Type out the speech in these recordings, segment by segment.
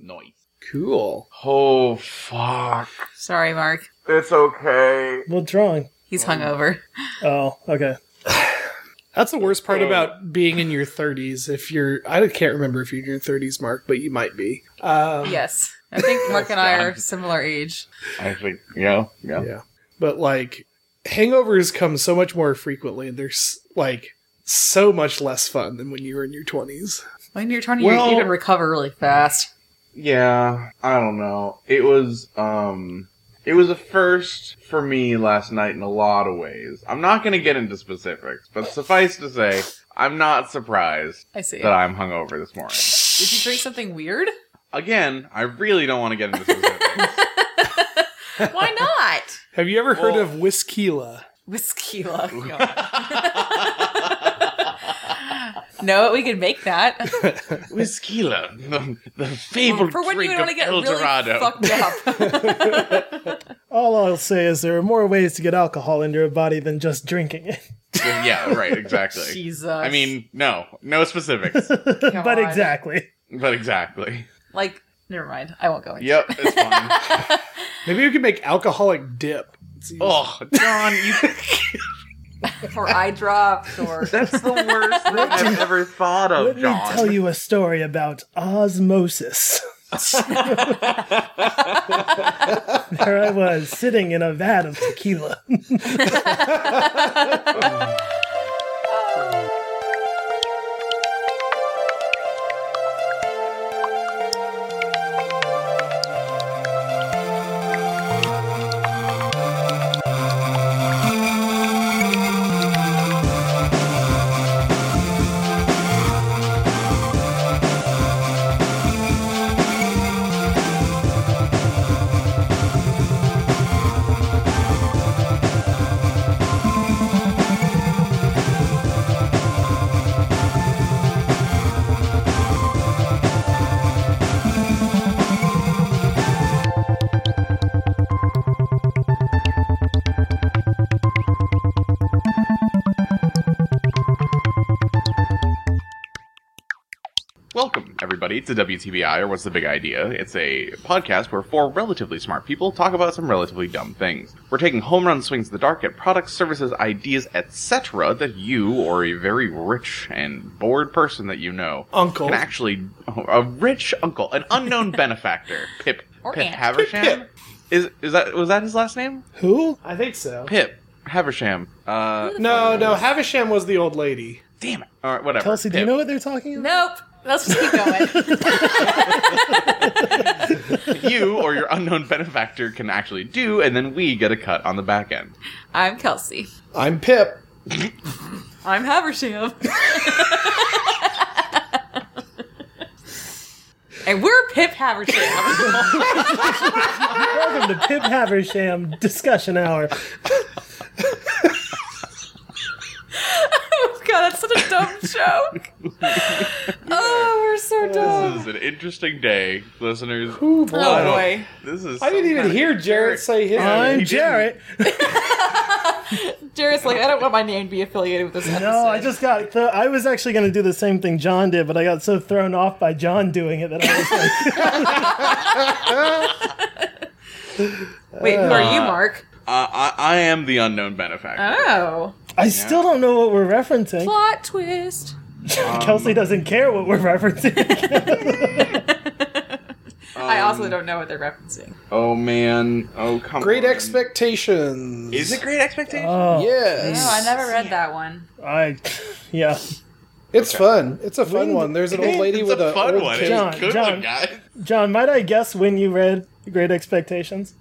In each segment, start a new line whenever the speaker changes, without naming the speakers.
noise.
Cool.
Oh fuck!
Sorry, Mark.
It's okay.
What's wrong?
He's hungover.
Oh, okay.
That's the worst part about being in your 30s. If you're, I can't remember if you're in your 30s, Mark, but you might be.
uh,
Um,
Yes. I think Mark and I are similar age.
I think yeah, yeah.
Yeah. But like, hangovers come so much more frequently, and there's like so much less fun than when you were in your 20s.
When you're 20,
Well-
you, you can recover really fast.
Yeah, I don't know. It was um it was a first for me last night in a lot of ways. I'm not going to get into specifics, but suffice to say, I'm not surprised
I see.
that I'm hungover this morning.
Did you drink something weird?
Again, I really don't want to get into specifics.
Why not?
Have you ever heard
Well-
of Whiskila?
Whiskey luck. no, we could make that.
Whiskila, the, the fabled
For when you
drink
want to
of
get
El Dorado.
really fucked up.
All I'll say is there are more ways to get alcohol into your body than just drinking it.
yeah, right, exactly.
Jesus.
I mean, no, no specifics,
but exactly.
but exactly.
Like, never mind. I won't go into
Yep, it's fine.
Maybe we could make alcoholic dip. It's easy.
oh, John, you
it. Or eye drops or.
That's the worst thing I've ever thought of,
Let me
John.
tell you a story about osmosis. there I was, sitting in a vat of tequila.
Welcome, everybody, to WTBI, or What's the Big Idea? It's a podcast where four relatively smart people talk about some relatively dumb things. We're taking home run swings in the dark at products, services, ideas, etc., that you, or a very rich and bored person that you know,
Uncle.
can actually, oh, a rich uncle, an unknown benefactor, Pip,
Or
Pip
aunt.
Haversham? Is, is that, was that his last name?
Who? I think so.
Pip Haversham. Uh,
No, no, Havisham was the old lady.
damn it. All right, whatever.
Kelsey, do you
Pip.
know what they're talking about?
Nope. Let's just keep going.
you or your unknown benefactor can actually do, and then we get a cut on the back end.
I'm Kelsey.
I'm Pip.
I'm Haversham. and we're Pip Haversham.
Welcome to Pip Haversham Discussion Hour.
oh god, that's such a dumb joke. oh, we're so dumb.
This is an interesting day, listeners.
Ooh, boy.
Oh boy.
This is.
I didn't even hear Jarrett say his name.
I'm
he didn't.
Jarrett.
Jared's like, I don't want my name to be affiliated with this episode.
No, I just got. Th- I was actually going to do the same thing John did, but I got so thrown off by John doing it that I was like,
Wait, who are you, Mark?
Uh, I, I am the unknown benefactor.
Oh.
I still don't know what we're referencing.
Plot twist.
um,
Kelsey doesn't care what we're referencing.
I also don't know what they're referencing.
Oh man. Oh come.
Great
on.
expectations.
Is it great expectations?
oh,
Yes.
No, I never read that one.
I, yeah.
It's fun. It's a fun one. There's an old lady
it's
with
a,
a
fun
old
one.
kid.
John,
it's good
John.
guys.
John, might I guess when you read Great Expectations?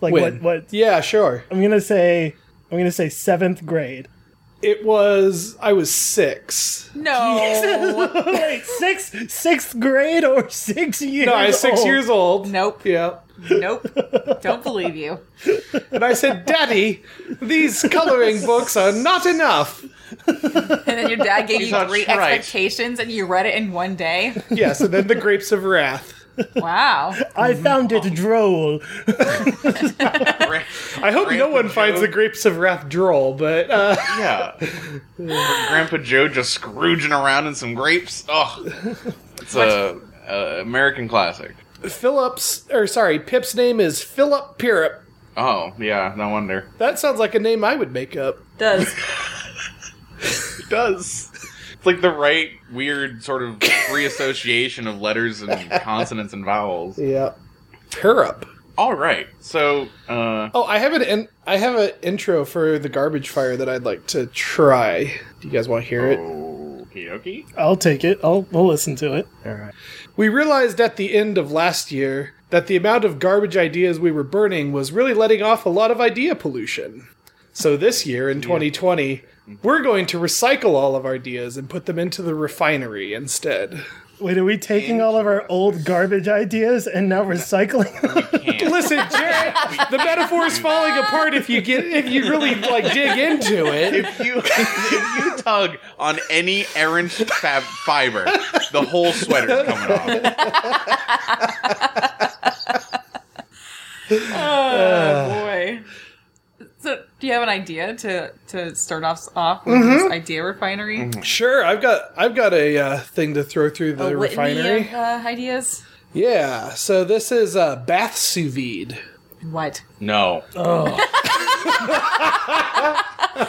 Like
When?
what? What?
Yeah, sure.
I'm gonna say. I'm gonna say seventh grade.
It was. I was six.
No.
Wait, sixth sixth grade or six years?
No, I was six
old?
years old.
nope.
Yeah.
Nope. Don't believe you.
And I said, Daddy, these coloring books are not enough.
And then your dad gave you
He's on
great
strike.
expectations and you read it in one day.
Yes, and then the grapes of wrath.
Wow.
I found it droll.
Great-
I hope no
Grandpa
one finds
Joe.
the grapes of wrath droll, but uh,
yeah. Grandpa Joe just scrooging around in some grapes. Oh, it's a, a American classic.
Phillips, or sorry, Pip's name is Philip Pirrup.
Oh, yeah, no wonder.
That sounds like a name I would make up.
Does
It does. It's like the right weird sort of free association of letters and consonants and vowels.
Yeah. Pirrup.
All right. So, uh,
Oh, I have an in- I have an intro for the garbage fire that I'd like to try. Do you guys want to hear it?
okie dokie.
I'll take it. I'll we'll listen to it.
We realized at the end of last year that the amount of garbage ideas we were burning was really letting off a lot of idea pollution. So this year in 2020, we're going to recycle all of our ideas and put them into the refinery instead.
Wait, are we taking all of our old garbage ideas and now recycling? them?
Can't.
Listen, Jared, the metaphor's falling apart if you get if you really like dig into it.
If you, if you tug on any errant fab fiber, the whole sweater's coming off. Uh.
Oh boy. So, do you have an idea to to start off off with
Mm-hmm.
this idea refinery?
Mm,
Sure, I've got I've got a uh, thing to throw through the
A litany
refinery.
of uh, ideas.
Yeah, so this is uh, bath sous vide.
What?
No.
I-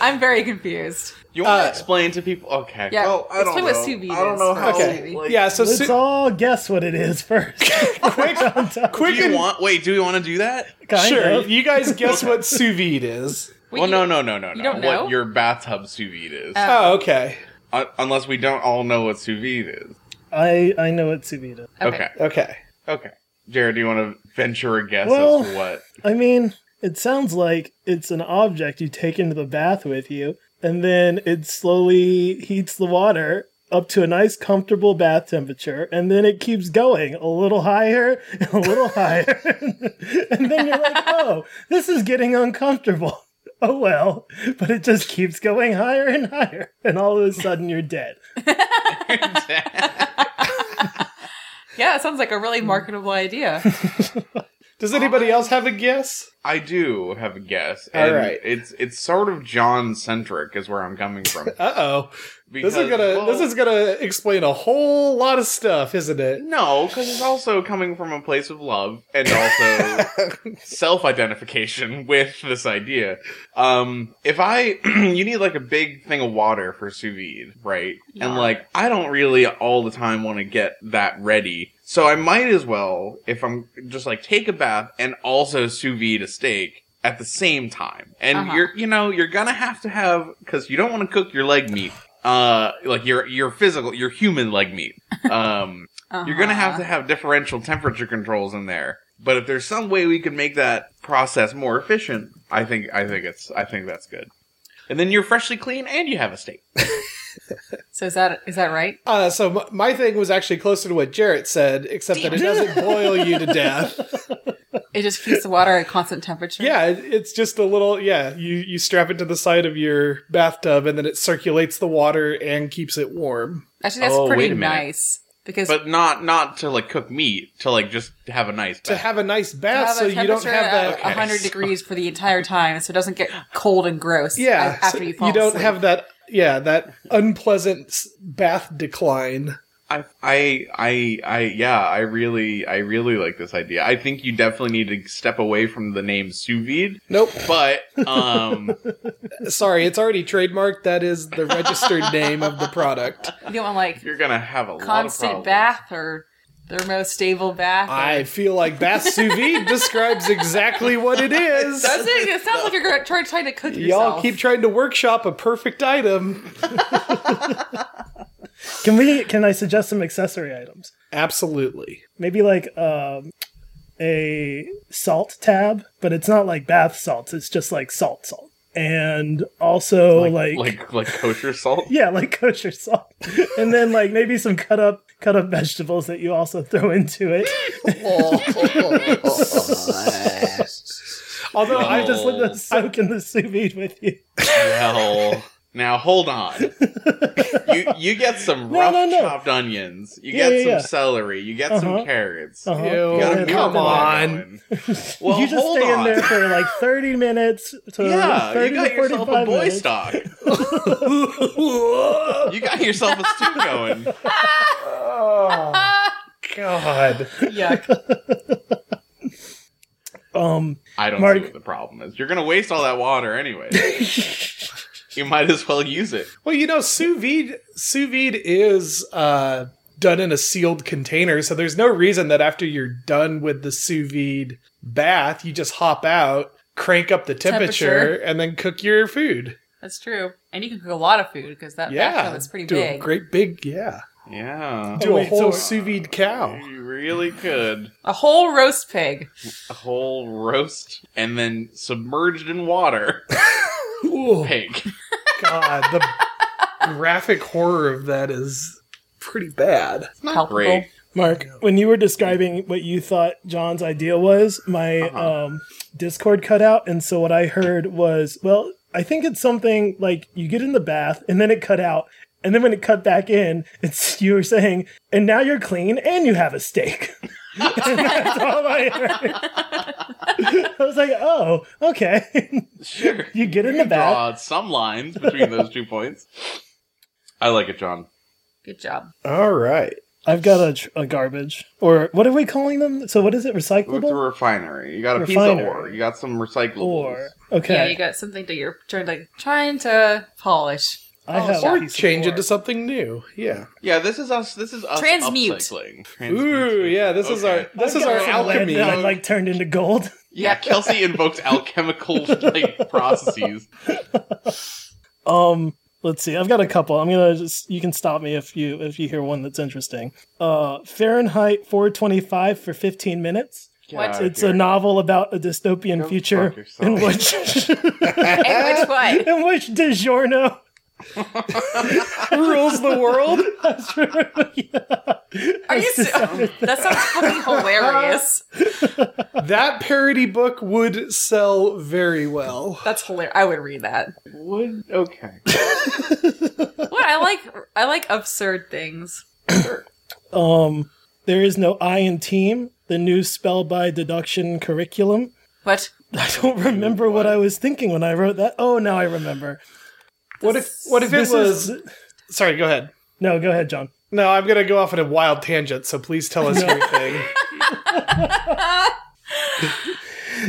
I'm very confused.
You want
Uh,
to explain to people? Okay.
Yeah,
Well, I don't
explain what
know.
sous vide
I don't
is.
know how.
Okay.
like-
yeah, so
Let's
sous-
all guess what it is first.
quick,
Do
quick
you
and
want? Wait. Do we want to do that?
Kind
sure.
of.
You guys guess what sous vide is?
Wait,
well,
you-
no, no, no, no, no.
don't know? Uh,
What your bathtub sous vide is?
Oh, okay,
Un- unless we don't all know what sous vide is.
I I know what sous vide is.
Okay.
Okay.
okay.
Okay. Jared, do you want to venture a guess
Well-
as to what?
I mean, it sounds like it's an object you take into the bath with you, and then it slowly heats the water up to a nice, comfortable bath temperature, and then it keeps going a little higher, a little higher. and then you're like, oh, this is getting uncomfortable. Oh well, but it just keeps going higher and higher, and all of a sudden you're dead.
Yeah, it sounds like a really marketable idea.
Does anybody else have a guess?
I do have a guess.
All
and
right.
It's it's sort of John centric is where I'm coming from.
Uh oh. This
Because,
is gonna
well,
this is gonna explain a whole lot of stuff, isn't it?
no, because it's also coming from a place of love and also self-identification with this idea. Um, if I, you need like a big thing of water for sous vide, right? And like, I don't really all the time want to get that ready. So I might as well, if I'm just like take a bath and also sous vide a steak at the same time. And
Uh-huh.
you're, you know, you're gonna have to have, cause you don't want to cook your leg meat. Uh, like your, your physical, your human leg meat. Um, you're gonna
Uh-huh.
have to have differential temperature controls in there. But if there's some way we could make that process more efficient, I think I think it's I think that's good. And then you're freshly clean and you have a steak.
So is that is that right?
Uh, so m- my thing was actually closer to what Jarrett said, except that it doesn't boil you to death.
It just keeps the water at constant temperature.
Yeah, it- it's just a little. Yeah, you you strap it to the side of your bathtub, and then it circulates the water and keeps it warm.
Actually, that's
Oh, wait
pretty
a minute.
nice because
But not not to like cook meat, to like just have a nice
To
bath.
have a nice bath,
have
so
a
you don't have that.
temperature of 100 degrees for the entire time, so it doesn't get cold and gross.
Yeah,
a- after
so
you fall
don't
asleep.
have that. Yeah, that unpleasant s- bath decline.
I I I I yeah, I really I really like this idea. I think you definitely need to step away from the name sous vide.
Nope.
But um
Sorry, it's already trademarked. That is the registered name of the product.
you don't want like
you're gonna have a lot
constant
of problems.
bath or thermostable bath. or-
I feel like bath sous vide describes exactly what it is.
That's it. It sounds like you're trying, trying to cook yourself.
Y'all keep trying to workshop a perfect item.
Can we? Can I suggest some accessory items?
Absolutely.
maybe like um, a salt tab, but it's not like bath salts. It's just like salt salt, and also like,
like like kosher salt.
yeah, like kosher salt, and then like maybe some cut up cut up vegetables that you also throw into it.
Although
I
I just
just let them soak in the sous vide with you.
Well, now hold on. you you get some
No,
rough
no, no.
chopped onions. You
Yeah,
get
yeah,
some
yeah.
celery. You get
Uh-huh.
some carrots.
Uh-huh.
Ew,
You got a
And
come
miracle
on.
going. Well,
You just
hold
stay
on.
in there for like thirty minutes to
yeah, you
thirty
got
to
yourself a
forty-five
boy
minutes.
stock. you got yourself a stew going.
oh, God.
Yuck.
Um,
I don't
Mark-
see what the problem is. You're gonna waste all that water anyway. you might as well use it.
Well, you know, sous vide sous vide is uh, done in a sealed container, so there's no reason that after you're done with the sous vide bath, you just hop out, crank up the temperature,
Temperature.
and then cook your food.
That's true. And you can cook a lot of food because that
Yeah,
bathtub is pretty
do
big.
A great big, yeah.
Yeah.
Do a
wait,
whole
so-
sous vide cow.
You really could.
a whole roast pig.
A whole roast and then submerged in water.
Ooh,
Pig.
God, the graphic horror of that is pretty bad.
It's not
Palpable.
great.
Mark, when you were describing what you thought John's idea was, my
Uh-huh.
um, Discord cut out, and so what I heard was, well, I think it's something like you get in the bath, and then it cut out, and then when it cut back in, it's you were saying, and now you're clean, and you have a steak. And that's all I heard. I was like, oh, okay.
Sure.
you get in the bath.
Draw some lines between those two points. I like it, John.
Good job.
All right.
I've got a, tr- a garbage, or what are we calling them? So what is it?
What's a
Recyclable
refinery? You got a pizza
Refinery.
ore. You got some recyclables.
or
Yeah,
okay?
you got something that you're trying to trying to polish.
I have
Or
a
Or
piece of
change
ore.
it to something new. Yeah.
Yeah, this is us. This is us.
Transmute.
Upcycling.
Ooh,
Transmute.
yeah. This is
Okay.
our this is
I've
our
got some lead
alchemy.
that I like turned into gold.
Yeah, Kelsey invokes alchemical like processes.
Um, let's see. I've got a couple. I'm gonna just. You can stop me if you if you hear one that's interesting. Uh, Fahrenheit 425 for 15 minutes.
What?
God,
It's
here.
a novel about a dystopian
Go fuck
future
yourself.
in which
And which one?
in which DiGiorno
rules the world.
has
Are you? So- that sounds fucking hilarious.
That parody book would sell very well.
That's hilarious. I would read that.
Would okay.
What I like, I like absurd things.
um. There is no I in team. The new spell by deduction curriculum.
But
I don't remember what I was thinking when I wrote that. Oh, now I remember.
What if what if it
This is-
was Sorry, go ahead.
No, go ahead, John.
No, I'm gonna go off on a wild tangent, so please tell us everything.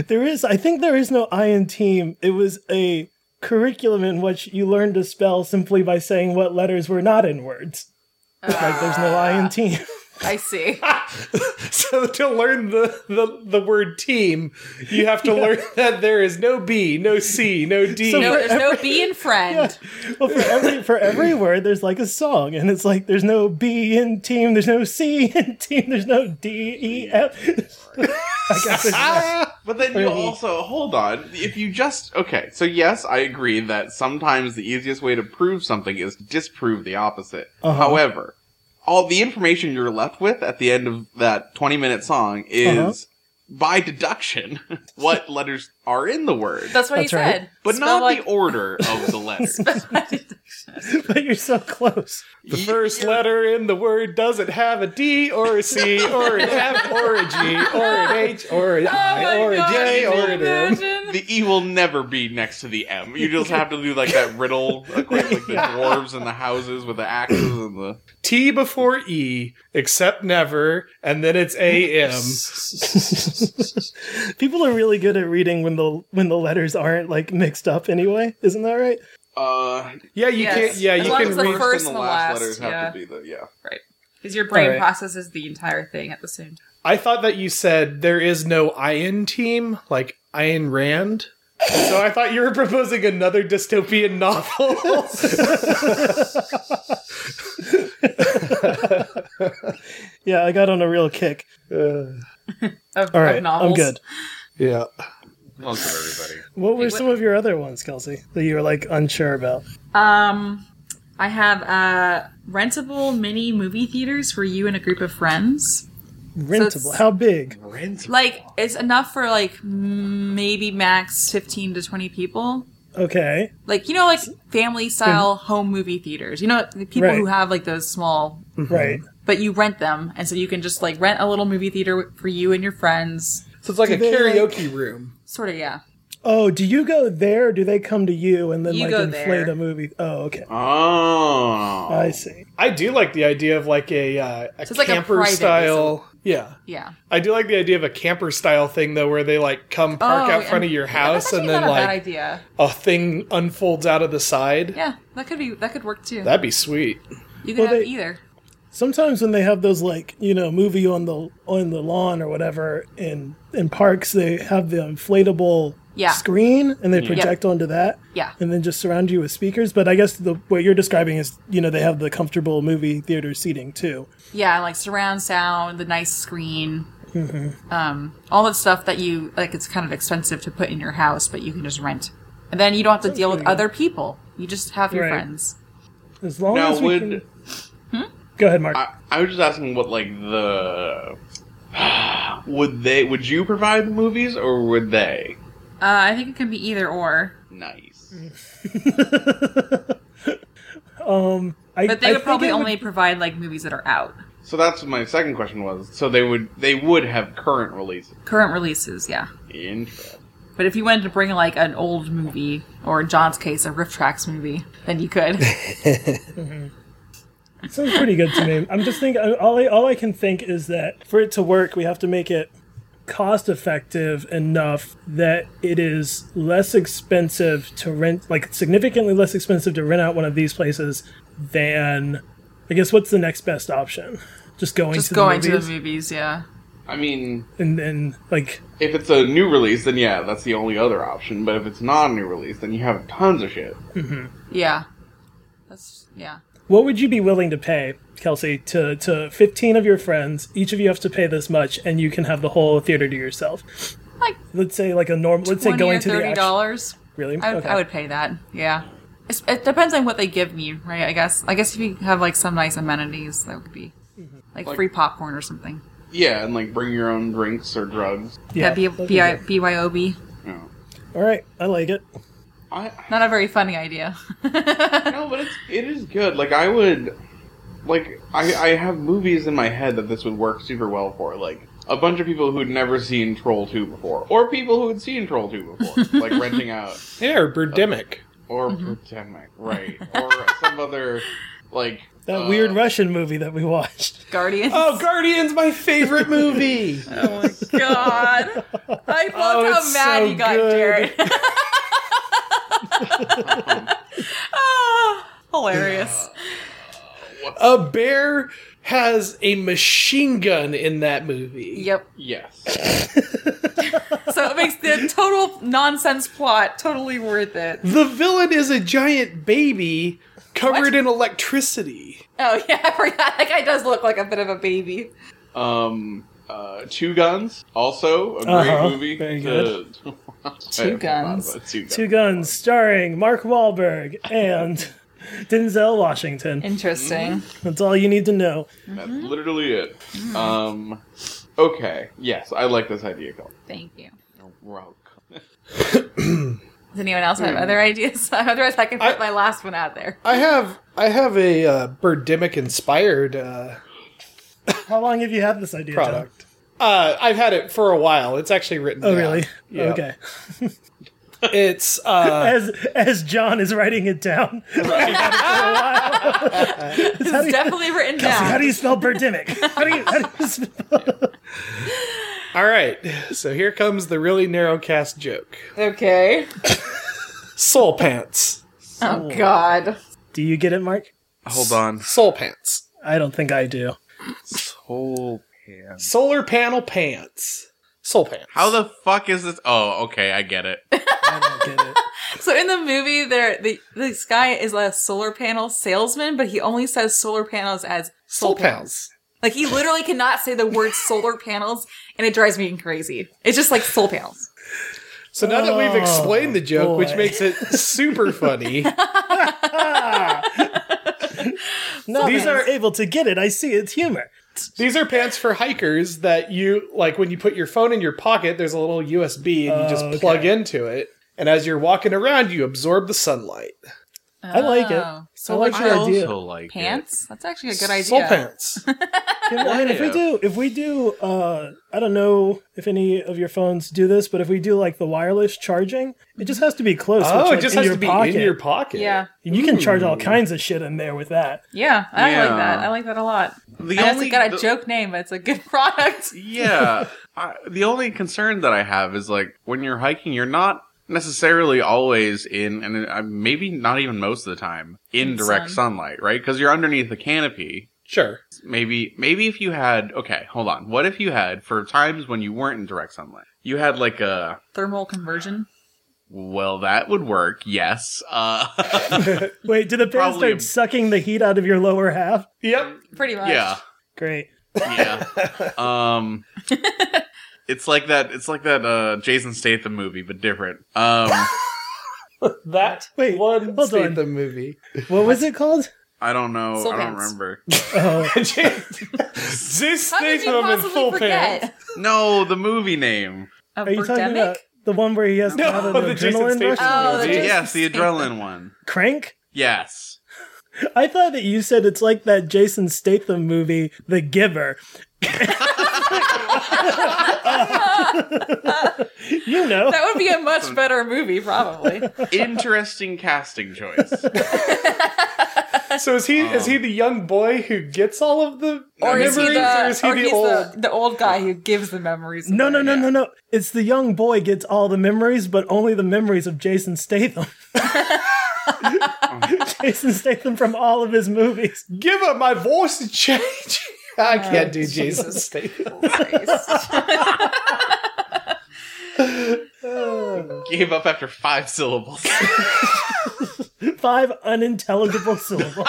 There is, I think there is no I in team. It was a curriculum in which you learned to spell simply by saying what letters were not in words. like there's no I in team.
I see.
so to learn the, the, the word team, you have to learn that there is no B, no C, no D.
So-
No, there's no B in friend.
well, for every for every word, there's like a song, and it's like there's no B in team, there's no C in team, there's no D E F. I guess it's
ah!
But then you
Or he-
also hold on. If you just okay, so yes, I agree that sometimes the easiest way to prove something is to disprove the opposite.
Uh-huh.
However, all the information you're left with at the end of that 20 minute song is
Uh-huh.
by deduction what letters are in the word,
That's what
That's
he
right.
said.
but
Spell
not the order of the letters.
but you're so close.
The first letter in the word doesn't have a D or a C or an F or a G or
Oh
an H or an I or a J or an M.
The E will never be next to the M. You just have to do like that riddle, like, like the dwarves and the houses with the axes and the.
T before E, except never, and then it's A M.
People are really good at reading when the when the letters aren't like mixed up. Anyway, isn't that right?
Uh,
Yeah, you
Yes.
can't. Yeah,
As
you
long
can
as the
read.
first- and the last,
letters
yeah.
have to be the yeah.
Because your brain
All right.
processes the entire thing at the same time.
I thought that you said there is no Iron Team, like Iron Rand. so I thought you were proposing another dystopian novel.
Yeah, I got on a real kick.
Uh,
Of,
All
of
right,
novels.
I'm good.
yeah.
Welcome everybody.
What were
Wait, what-
some of your other ones, Kelsey, that you were like unsure about?
Um, I have uh, rentable mini movie theaters for you and a group of friends.
Rentable.
it's-
How big?
Like, it's enough for like m- maybe max fifteen to twenty people.
Okay.
Like you know, like family style home movie theaters. You know, the people
Right.
who have like those small,
Mm-hmm.
Right.
but you rent them, and so you can just like rent a little movie theater for you and your friends.
So it's like a
they, like-
karaoke room.
Sort of, yeah.
Oh, do you go there? Or do they come to you and then
You
like
go
inflate
there.
a movie? Oh, okay.
Oh.
I see.
I do like the idea of like a uh, a
it's like a
camper
private,
style. Yeah,
Yeah.
I do like the idea of a camper style thing though, where they like come park
Oh,
out front
and-
of your
yeah, that's
house and
actually
then
not a bad
like
idea.
a thing unfolds out of the side.
Yeah, that could be that could work too.
That'd be sweet.
you could
well,
have
they-
either.
Sometimes when they have those like you know movie on the on the lawn or whatever in in parks, they have the inflatable
Yeah.
screen and they
Mm-hmm.
project onto that.
Yeah.
and then just surround you with speakers. But I guess the what you're describing is you know they have the comfortable movie theater seating too.
Yeah, like surround sound, the nice screen,
Mm-hmm.
um, all that stuff that you like. It's kind of expensive to put in your house, but you can just rent, and then you don't have to deal with
pretty good.
other people. You just have your
Right.
friends.
As long
Now
as we
would
can... go ahead, Mark.
I, I was just asking what like the would they would you provide the movies or would they?
Uh, I think it can be either or,
Nice.
I,
but they
I
would
think
probably
it would-
only provide like movies that are out,
So that's what my second question was. So they would they would have current releases.
current releases. Yeah,
Interesting.
but if you wanted to bring like an old movie, or in John's case, a Rift Tracks movie, then you could.
Sounds pretty good to me. I'm just thinking. uh, All I all I can think is that for it to work, we have to make it cost effective enough that it is less expensive to rent, like significantly less expensive to rent out one of these places than. I guess what's the next best option? Just going
just
to
going
the
to
movies
the movies. Yeah,
I mean,
and then like
if it's a new release, then yeah, that's the only other option. But if it's not a new release, then you have tons of shit.
yeah, that's yeah.
What would you be willing to pay, Kelsey, to, to 15 of your friends? Each of you has to pay this much, and you can have the whole theater to yourself.
Like
Let's say, like a normal, let's say
twenty
going
or
to the
thirty
action.
dollars.
Really?
I, would
Okay.
I would pay that. Yeah. It's, it depends on what they give me, right? I guess. I guess if you have like some nice amenities, that would be
Mm-hmm.
like, free popcorn or something.
Yeah, and like bring your own drinks or drugs.
Yeah, B- B-
that'd be good.
BYOB.
You know.
All right. I like it.
I,
Not a very funny idea.
no, but it's it is good. Like I would, like I I have movies in my head that this would work super well for. Like a bunch of people who'd never seen Troll Two before, or people who'd seen Troll Two before, like renting out
Yeah, or Birdemic.
or Pandemic, right? Or some other like
That
uh,
weird Russian movie that we watched.
Guardians.
Oh, Guardians, my favorite movie.
Oh my god. I love
Oh,
how
it's
mad
so
you got,
good.
Jared. Ah, hilarious.
a bear has a machine gun in that movie.
Yep.
Yes,
So it makes the total nonsense plot totally worth it.
The villain is a giant baby covered
What?
in electricity.
Oh yeah, I forgot. That guy does look like a bit of a baby.
um, uh, Two Guns also a great
Uh-huh,
movie.
very
to- I forgot
Guns.
about Two Guns.
Two Guns, starring Mark Wahlberg and Denzel Washington.
Interesting.
That's all you need to know.
That's literally it. Um, okay. Yes, I like this idea, Colin.
Thank you.
You're welcome.
Does anyone else have other ideas? Otherwise, I can put
I-
my last one out there.
I have I have a uh, Birdemic inspired uh,
How long have you had this idea? Tom?
product. Uh, I've had it for a while. It's actually written.
Oh,
down.
really?
Yeah.
Okay.
It's uh,
As as John is writing it down.
It's definitely written down.
How do you spell Birdemic? How do you, how do you spell?
all right. So here comes the really narrow cast joke.
okay.
Soul pants.
Oh God.
Do you get it, Mark?
Hold on.
Soul pants.
I don't think I do.
Soul pants.
Solar panel pants. Soul pants.
How the fuck is this? Oh, okay, I get it.
I don't get it.
So in the movie, there the this guy is a solar panel salesman, but he only says solar panels as
soul pals?
Like he literally cannot say the word solar panels, and it drives me crazy. It's just like soul panels.
So now that we've explained the joke, which
boy.
makes it super funny,
No, these
Sometimes.
are able to get it. I see it's humor.
these are pants for hikers that you like when you put your phone in your pocket, there's a little USB and you just
Oh, okay.
plug into it. And as you're walking around, you absorb the sunlight.
I like it.
Oh.
I
So
like
like
your
soul
idea.
like it.
pants? That's actually a good idea.
Soul pants.
Can- I mean, if we do, if we do, uh, I don't know if any of your phones do this, but if we do like the wireless charging, it just has to be close. which,
oh,
like,
it just
in
has
your
to be
pocket.
in your pocket.
Yeah.
You can charge all
Ooh.
kinds of shit in there with that.
Yeah, I
Yeah.
like that. I like that a lot.
The
I know
only-
it's got a
the-
joke name, but it's a good product.
yeah. I, the only concern that I have is like when you're hiking, you're not necessarily always in, and uh, maybe not even most of the time, in,
In
direct
sun.
sunlight, right? Because you're underneath the canopy.
Sure.
Maybe, maybe if you had, okay, hold on. What if you had, for times when you weren't in direct sunlight, you had like a,
Thermal conversion.
well, that would work, yes. Uh,
Wait, did the pants
Probably
start
a-
sucking the heat out of your lower half?
Yep.
Pretty much.
yeah.
Great.
Yeah. Um It's like that it's like that uh Jason Statham movie but different. Um
That
Wait,
one
hold
Statham
on.
movie.
What was it called?
I don't know.
Soul
I don't
Pants.
remember.
Oh,
Zeus
How did you
Statham in
possibly
full
forget?
pants.
No, the movie name.
A
are you talking
birdemic?
about the one where he has
No,
to have an
the Jason
adrenaline rush?
Statham
Oh,
movie.
the Jason-
yes, the
Statham.
adrenaline one.
Crank?
Yes.
I thought that you said it's like that Jason Statham movie, The Giver. you know.
That would be a much better movie, probably.
Interesting casting choice.
So is he is
Um,
he the young boy who gets all of the
or is he
memories, or
the,
is he
or
the
he's
old?
the, the old guy who gives the memories?
No, no,
away?
no, no, no. It's the young boy gets all the memories, but only the memories of Jason Statham. Jason Statham from all of his movies.
Give up my voice and change.
Oh,
I can't do Jason
Jesus.
Statham.
Christ.
Gave up after five syllables.
Five unintelligible syllables.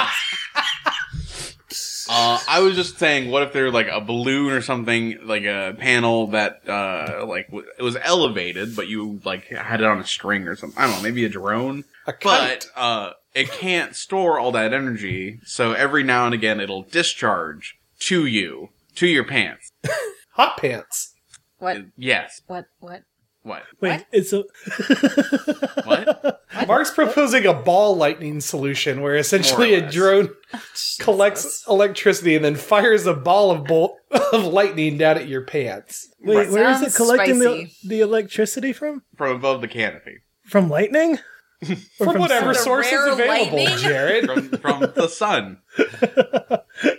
Uh, I was just saying, what if there were like a balloon or something, like a panel that uh, like w- it was elevated, but you like had it on a string or something. I don't know, maybe a drone.
A
but uh, it can't store all that energy. So every now and again, it'll discharge to you, to your pants.
Hot pants.
what?
Yes.
What? What?
What?
Wait,
What?
it's a
What?
Mark's proposing a ball lightning solution where essentially
More or
a
less.
drone collects electricity and then fires a ball of bolt of lightning down at your pants.
wait. Where is
Sounds
it collecting the,
spicy.
the electricity from?
From above the canopy,
From lightning? Or
From, whatever
sun?
The
source is
rare
available,
lightning?
Jared.
from from the sun,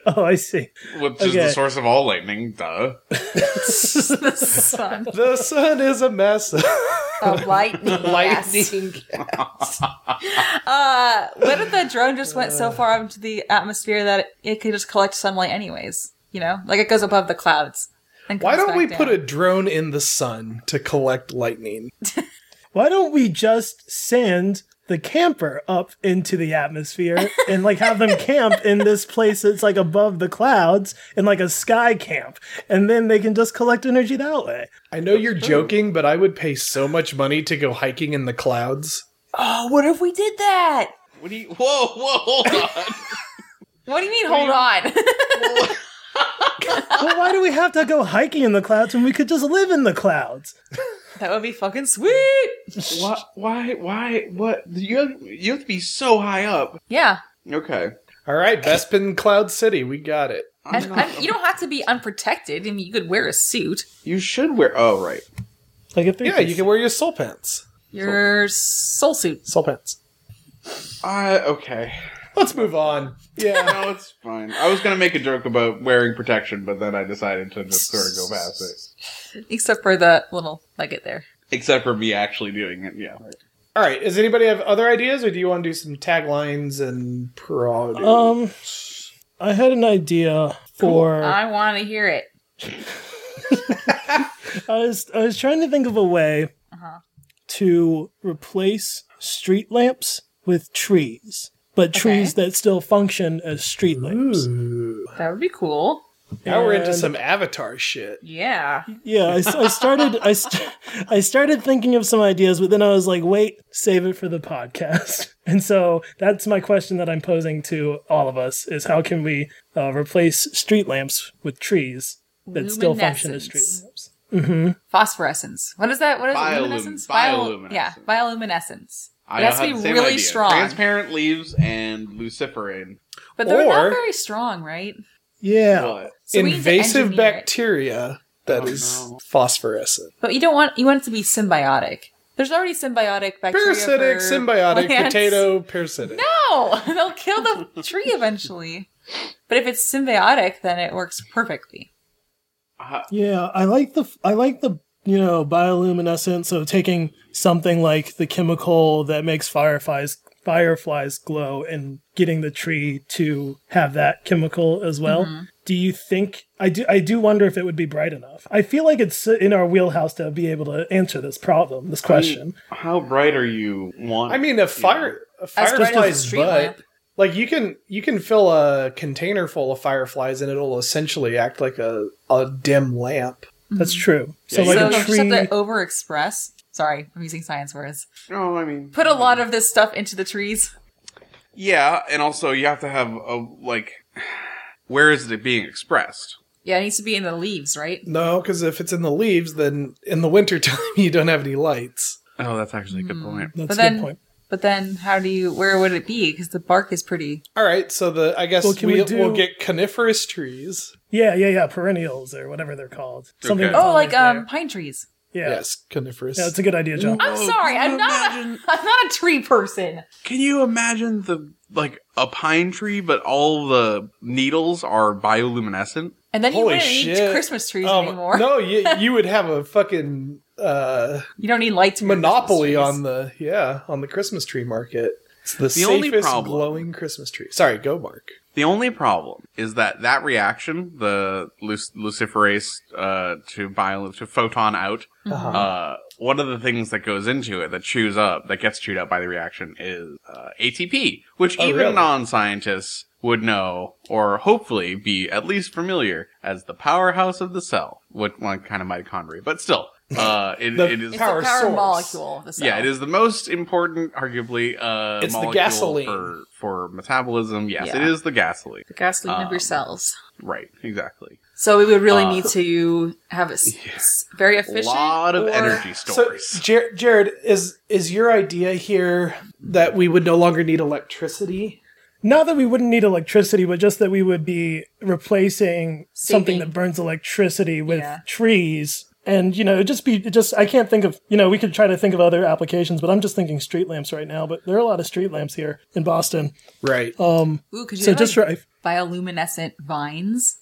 Oh, I see.
which is
Okay.
the source of all lightning. Duh.
the sun
the sun is a mess.
of lightning. yes.
lightning.
Uh, what if the drone just went so far up into the atmosphere that it, it could just collect sunlight anyways? You know, like it goes above the clouds. and
Why
comes
don't
back
we
down.
put a drone in the sun to collect lightning?
Why don't we just send the camper up into the atmosphere and like have them camp in this place that's like above the clouds and like a sky camp and then they can just collect energy that way.
I know you're joking, but I would pay so much money to go hiking in the clouds.
Oh, what if we did that?
What do you? Whoa! Whoa! Hold on.
What do you mean? Hold on.
Well, why do we have to go hiking in the clouds when we could just live in the clouds?
that would be fucking sweet.
Why? Why? Why? What? You have, you have to be so high up.
Yeah.
Okay.
All right, Bespin Cloud City, we got it.
I'm
And,
not-
and you don't have to be unprotected. I mean, you could wear a suit.
you should wear. Oh, right.
Like if
Yeah, you can wear your soul pants.
Your soul suit.
Soul pants.
Uh, okay.
Let's move on. Yeah.
No, it's fine. I was gonna make a joke about wearing protection, but then I decided to just sort of go past it.
Except for the little nugget there.
Except for me actually doing it. Yeah.
All right. Does anybody have other ideas, or do you want to do some taglines and prod?
Oh,
Um I had an idea for
I want to hear it.
I was I was trying to think of a way
Uh-huh.
to replace street lamps with trees, but trees that still function as street lamps.
Ooh.
That would be cool.
Now we're into
And-
some Avatar shit.
Yeah.
Yeah, I, s- I started I, st- I started thinking of some ideas, but then I was like, wait, save it for the podcast. And so that's my question that I'm posing to all of us: is how can we uh, replace street lamps with trees that still function as street
Luminescence.
lamps? Mm-hmm.
Phosphrescence. What is that? What is
Biolum-
it? Luminescence?
bioluminescence.
yeah, bioluminescence.
I
It has
know how
to be
the same
really
idea.
strong.
Transparent leaves and luciferin.
But they're
Or-
not very strong, right?
Yeah.
What?
So we need to
invasive
engineer it.
bacteria that
Oh,
is
no.
phosphorescent.
But you don't want you want it to be symbiotic. There's already symbiotic bacteria.
Parasitic,
for
symbiotic,
plants.
potato, parasitic.
No, they'll kill the tree eventually. But if it's symbiotic, then it works perfectly.
Uh,
Yeah, I like the I like the you know bioluminescent. So taking something like the chemical that makes fireflies fireflies glow and getting the tree to have that chemical as well.
Mm-hmm.
Do you think I do? I do wonder if it would be bright enough. I feel like it's in our wheelhouse to be able to answer this problem, this question.
Mm-hmm.
how bright are you? Want?
I mean, a fire a
As bright as a
firefly's
street
butt.
lamp.
Like you can you can fill a container full of fireflies and it'll essentially act like a, a dim lamp.
That's true. So
Yeah,
like
so
a
you just have to
tree.
overexpress. Sorry, I'm using science words.
no, I mean,
Put a lot of this stuff into the trees.
yeah, and also you have to have a like. Where is it being expressed?
Yeah, it needs to be in the leaves, right?
No, because if it's in the leaves, then in the wintertime you don't have any lights.
Oh, that's actually a good
Hmm.
point.
That's
But
a good
then-
point.
But then, how do you? Where would it be? Because the bark is pretty.
All right, so the I guess
Well, can
we,
we do-
will get coniferous trees.
Yeah, yeah, yeah. Perennials or whatever they're called. Something.
Okay.
that's
Oh,
always
like um,
there.
pine trees.
yeah.
Yes, coniferous.
Yeah, that's a good idea, John.
I'm
Oh,
sorry,
can
I'm
you
not.
imagine-
A, I'm not a tree person.
Can you imagine the like a pine tree, but all the needles are bioluminescent?
And then you
Holy
wouldn't
shit.
need Christmas trees
Um,
anymore.
No, you you would have a fucking uh,
You don't need lights. for your
monopoly
Christmas
on the yeah on the Christmas tree market. It's the,
The
safest
only problem-
glowing Christmas tree. Sorry, go Mark.
The only problem is that that reaction, the luc- luciferase uh, to bio to photon out,
Uh-huh.
uh, one of the things that goes into it that chews up, that gets chewed up by the reaction is uh, ATP, which
Oh,
even
really?
non-scientists would know or hopefully be at least familiar as the powerhouse of the cell, what one kind of mitochondria, but still, uh, it,
The
it is
trees. It's
Power
power, the power
source.
molecule. of The cell.
yeah, it is the most important, arguably. Uh,
It's the
molecule
gasoline.
for, for metabolism. Yes, it
Yeah.
is the gasoline.
The ghastly of
Um,
your cells.
Right, exactly.
So we would really
Uh,
need to have it s- s- very
A
efficient.
lot of
or-
energy
So,
stores.
Jar- Jared, is is your idea here that we would no longer need electricity?
Not that we wouldn't need electricity, but just that we would be replacing something
Saving.
that burns electricity with
Yeah.
trees. And you know, it'd just be it just I can't think of you know, we could try to think of other applications, but I'm just thinking street lamps right now. But there are a lot of street lamps here in Boston.
Right.
Um
Ooh, could you
so
have,
just
like,
try
bioluminescent vines?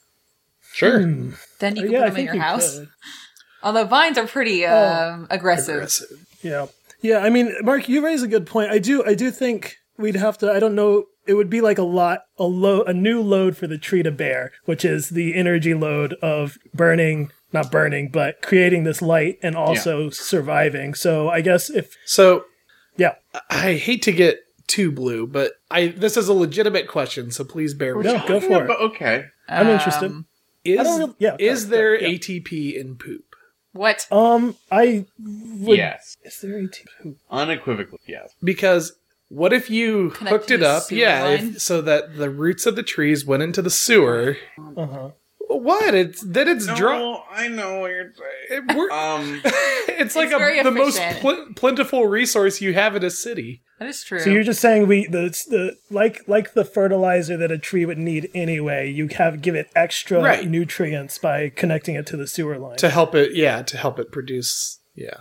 sure.
Mm, Then you can
Uh, yeah,
put them
I
in
think
your
you
house.
could. Oh,
Although vines are pretty um, aggressive.
Aggressive.
Yeah. Yeah, I mean, Mark, you raise a good point. I do I do think we'd have to I don't know it would be like a lot a low a new load for the tree to bear, which is the energy load of burning not burning, but creating this light and also surviving. So I guess if
So
yeah.
I hate to get too blue, but I this is a legitimate question, so please bear with me.
No, go for it.
But okay.
I'm interested.
Um,
Is,
I don't really- yeah,
is
yeah,
there
yeah.
ATP in poop?
What?
Um I would
yes.
is there a t-
Unequivocally, yes.
Because what if you
Connect
hooked
to
it
the
up,
sewer
yeah,
line?
if, so that the roots of the trees went into the sewer?
uh-huh.
What? It's then it's dry.
I know what you're saying.
It wor-
Um,
it's like
It's very
a, the most
efficient.
pl- plentiful resource you have in a city.
That is true.
So you're just saying we the it's the like like the fertilizer that a tree would need anyway, you have give it extra
Right.
nutrients by connecting it to the sewer line.
to help it yeah to help it produce yeah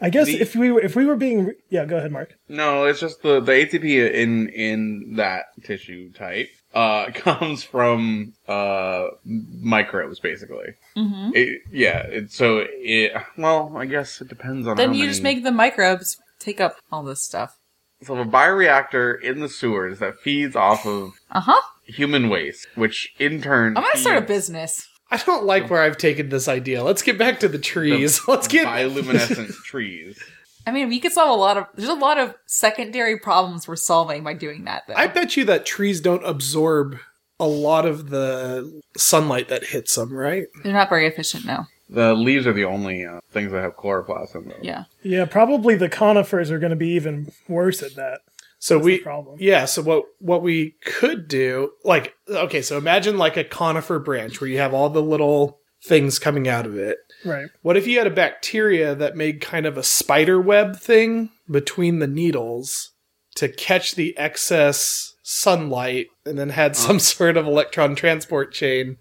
I guess
The-
if we were if we were being re- yeah, go ahead, Mark.
no, it's just the, the ATP in in that tissue type uh, comes from uh, microbes, basically.
Mhm.
It, yeah. It, so it. Well, I guess it depends on.
Then
how
you just
many-
make the microbes take up all this stuff.
so a bioreactor in the sewers that feeds off of
Uh huh.
human waste, which in turn
I'm gonna start a
feeds
business.
i don't like where i've taken this idea let's get back to the trees let's get
bioluminescent trees.
I mean, we could solve a lot of. There's a lot of secondary problems we're solving by doing that, though.
i bet you that trees don't absorb a lot of the sunlight that hits them right
They're not very efficient now.
The leaves are the only uh, things that have chloroplasts in them.
Yeah.
Yeah, probably the conifers are going to be even worse at that.
so
That's
we
the problem.
yeah so what what we could do like okay so imagine like a conifer branch where you have all the little things coming out of it.
Right.
What if you had a bacteria that made kind of a spider web thing between the needles to catch the excess sunlight and then had some sort of electron transport chain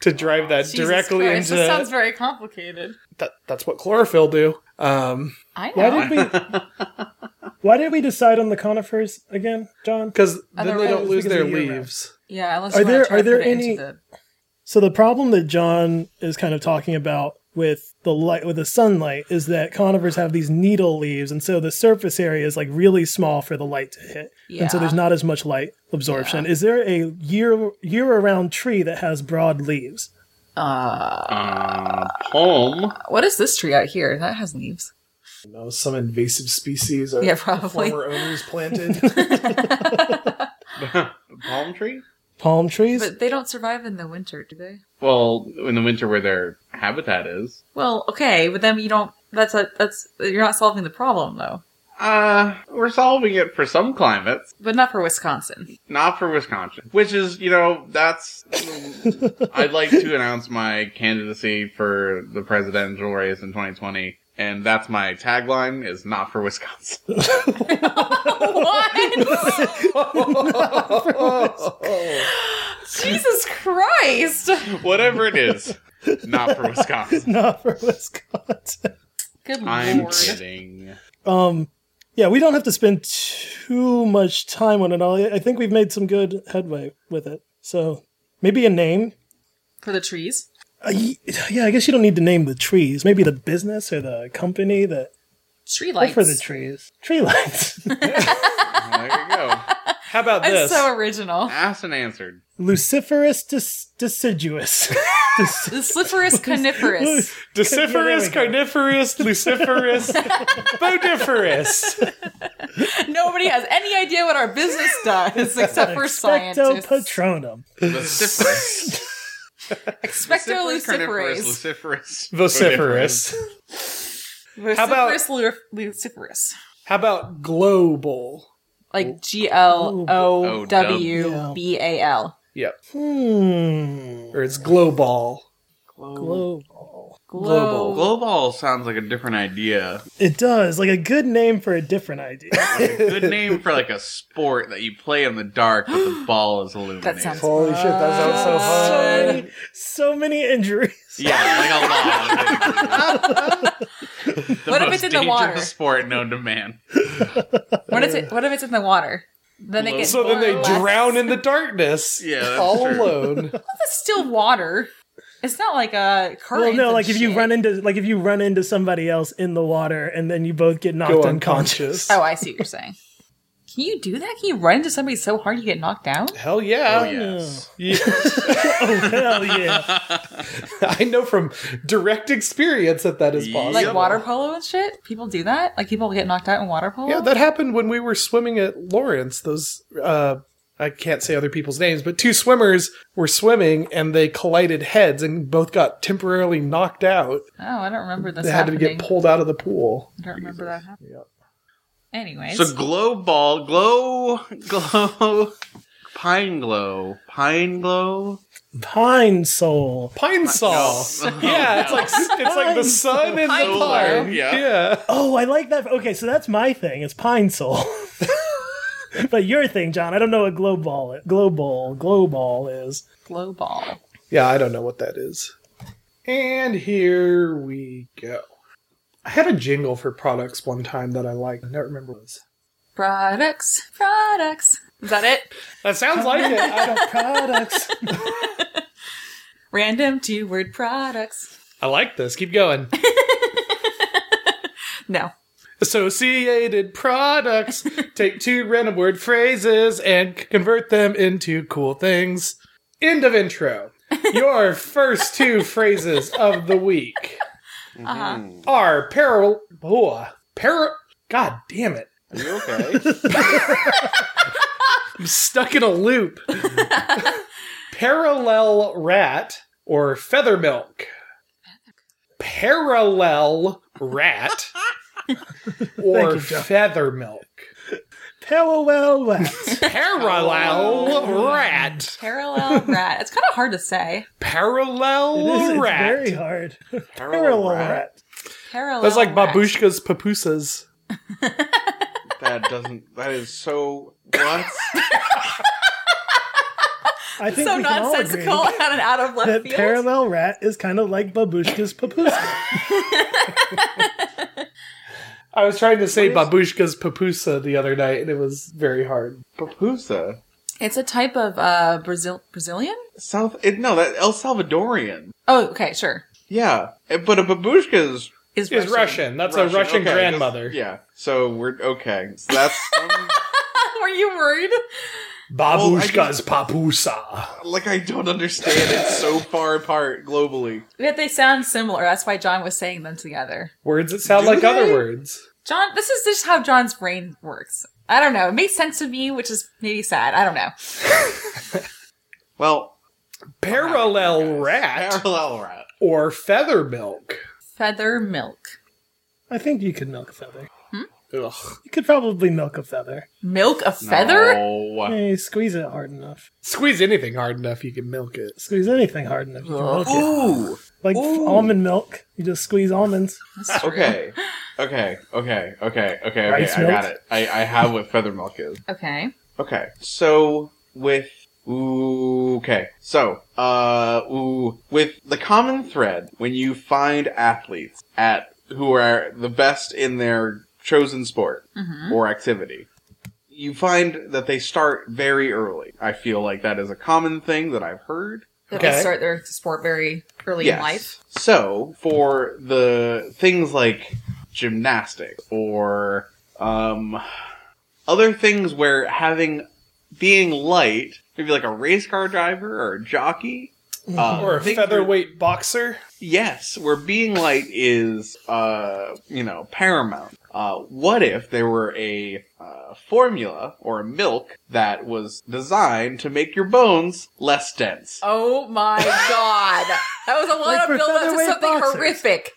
to drive that
Jesus
directly
Christ,
into
This sounds very complicated.
that, that's what chlorophyll do. Um
I
Why
know.
did we? why did we decide on the conifers again, John?
because then they
Otherwise-
don't lose
Because
their
of year round.
leaves.
yeah, unless
Are
you wanna
there-
try
are
to
there
put it into
any-
the-
So the problem that John is kind of talking about with the light with the sunlight is that conifers have these needle leaves, and so the surface area is like really small for the light to hit, and so
Yeah.
there's not as much light absorption. Is there a year year-around tree that has broad leaves?
Uh, palm.
What is this tree out here? That has leaves.
You know, some invasive species are
Yeah, probably.
former owners planted.
Palm tree?
Palm trees.
But they don't survive in the winter, do they?
Well, in the winter where their habitat is.
Well, okay, but then you don't. That's a that's you're not solving the problem though.
Uh, we're solving it for some climates,
But not for Wisconsin.
not for Wisconsin. Which is, you know, that's. I'd like to announce my candidacy for the presidential race in 2020. And that's my tagline is not for Wisconsin.
what? Jesus Christ!
Whatever it is, not for Wisconsin.
not for Wisconsin.
Good
I'm
lord.
kidding.
Um, yeah, we don't have to spend too much time on it all. I think we've made some good headway with it. So maybe a name.
For the trees.
Uh, y- yeah, I guess you don't need to name the trees. Maybe the business or the company that
Tree
or
lights.
for the trees. Tree lights.
There you go.
How about
That's
this?
so original.
Asked and answered.
Luciferous dis- deciduous. Dis-
The slipperous coniferous.
Deciferous,
Yeah, there we
carniferous, luciferous, bodiferous.
Nobody has any idea what our business does except for
Specto
scientists.
patronum.
Vociferous.
Expecto luciferous.
Luciferous.
Vociferous. How about-
Vociferous lu- luciferous.
How about global?
Like G L
Oh,
O W B A L.
Yep.
Hmm.
Or it's global.
Global.
Global.
Global sounds like a different idea.
It does like a good name for a different idea.
Like a good name for like a sport that you play in the dark, but the ball is illuminated.
That sounds
Holy shit, that sounds
Ah.
so
so,
fun.
many, so many injuries.
yeah, like a law. the
What if
most
it's in the
dangerous
water?
sport known to man.
What if it? What if it's in the water? Then they get
So then they
blown.
drown in the darkness.
Yeah, that's
all
true.
alone.
That's still water. It's not like a current.
Well, no, like if you run into like if you run into somebody else in the water and then you both get knocked
Go
unconscious.
unconscious.
Oh, I see what you're saying. Can you do that? Can you run into somebody so hard you get knocked down?
Hell yeah.
Oh, yes.
Yeah.
Hell yeah!
I know from direct experience that that is possible.
Like
Yep.
water polo and shit. People do that. Like people get knocked out in water polo.
Yeah, that happened when we were swimming at Lawrence. Those uh I can't say other people's names, but two swimmers were swimming and they collided heads and both got temporarily knocked out.
oh, I don't remember this.
They had to
happening.
get pulled out of the pool.
I don't remember that happening.
Yep.
Anyways,
So glow ball, glow, glow, pine glow, pine glow.
Pine soul.
Pine saw. Yeah, it's like it's like the sun and
Pine
the
tar.
pine.
Yeah.
Yeah.
Oh, I like that. Okay, so that's my thing. It's pine soul. but your thing, John. I don't know what globe ball globe ball globe ball is.
glow ball.
Yeah, I don't know what that is. And here we go. I had a jingle for products one time that I liked. I don't remember what it was.
Products, products. Is that it?
That sounds like it. I don't
Products.
Random two-word products.
I like this. Keep going.
No.
Associated products. Take two random word phrases and c- convert them into cool things. End of intro. Your first two phrases of the week
Uh-huh.
are paral. Oh, para- God damn it.
Are you okay?
I'm stuck in a loop. Parallel rat or feather milk. Parallel rat or
you, John.
feather milk.
parallel rats.
Parallel rat.
Parallel rat. It's kind of hard to say.
It is-
Parallel
it's
rat.
very hard. Parallel
rat.
rat.
Parallel.
That's like
rat.
babushka's pupusas.
That doesn't. That is so. What?
I think
So
we can all agree
nonsensical and out of left
that
field.
parallel rat is kind of like babushka's papuska.
I was trying to say babushka's pupusa the other night, and it was very hard.
Papusa.
it's a type of uh, Brazil Brazilian.
South. It, no, that El Salvadorian.
Oh, okay, sure.
Yeah, eh, but a babushka is
Is
Is
Russian.
Russian. That's a Russian
okay, just-
grandmother.
yeah. So we're okay. So that's um,
Were you worried?
Babushka's papusa.
like I don't understand. It's so far apart globally.
Yet they sound similar. That's why John was saying them together.
Words that sound
Do
like other
they?
words.
John, this is just how John's brain works. I don't know. It makes sense to me, which is maybe sad. I don't know.
Well,
Parallel rat
parallel rat.
or feather milk.
Feather milk.
I think you could milk a feather.
Ugh.
You could probably milk a feather.
Milk a feather?
No.
Hey, squeeze it hard enough.
Squeeze anything hard enough, you can milk it.
Squeeze anything hard enough. You can milk it.
Oh. Ooh.
Like f-
Ooh.
almond milk. You just squeeze almonds.
That's true.
Okay. Okay. Okay. Okay. Okay. Okay.
Rice
I got
milk?
it. I, I have what feather milk is.
Okay.
Okay. So with ooh, okay. So uh ooh with the common thread when you find athletes at who are the best in their chosen sport
Mm-hmm.
or activity. You find that they start very early. I feel like that is a common thing that I've heard.
That
Okay.
they start their sport very early in life.
So for the things like gymnastics or um, other things where having being light, maybe like a race car driver or a jockey,
Mm-hmm.
uh,
Or a
things where-
featherweight boxer.
yes, where being light is uh, you know paramount. Uh, what if there were a uh, formula or a milk that was designed to make your bones less dense?
Oh my god. That was a lot
Like
of
for
build up to
featherweight
something
boxers.
horrific.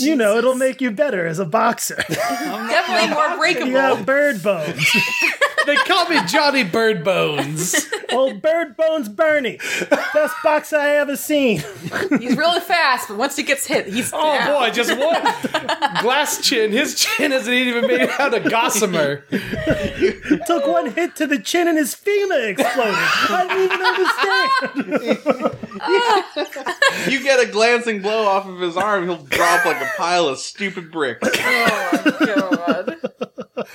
You know, it'll make you better as a boxer. Oh
Definitely more breakable.
you
Oh.
got bird bones.
They call me Johnny Bird Bones.
Old bird bones Bernie. Best boxer I ever seen.
He's really fast, but once he gets hit, he's
Oh
down.
boy, just one glass chin. His chin isn't even made out of gossamer.
Took one hit to the chin and his femur exploded. I didn't even understand.
You get a glancing blow off of his arm, he'll drop like a pile of stupid bricks.
Oh my god.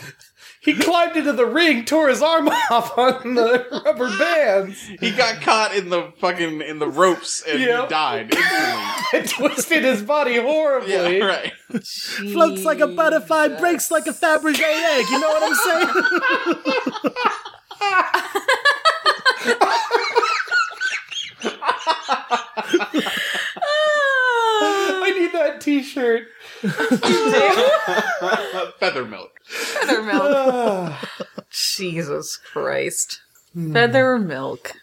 He climbed into the ring, tore his arm off on the rubber bands,
He got caught in the fucking in the ropes and
Yeah.
he died instantly.
and twisted his body horribly.
Yeah, right.
Floats like a butterfly, breaks like a Fabergé egg. You know what I'm saying?
Ah,
I need that T-shirt.
Feather milk.
Feather milk.
Ah.
Jesus Christ.
Hmm.
Feather milk.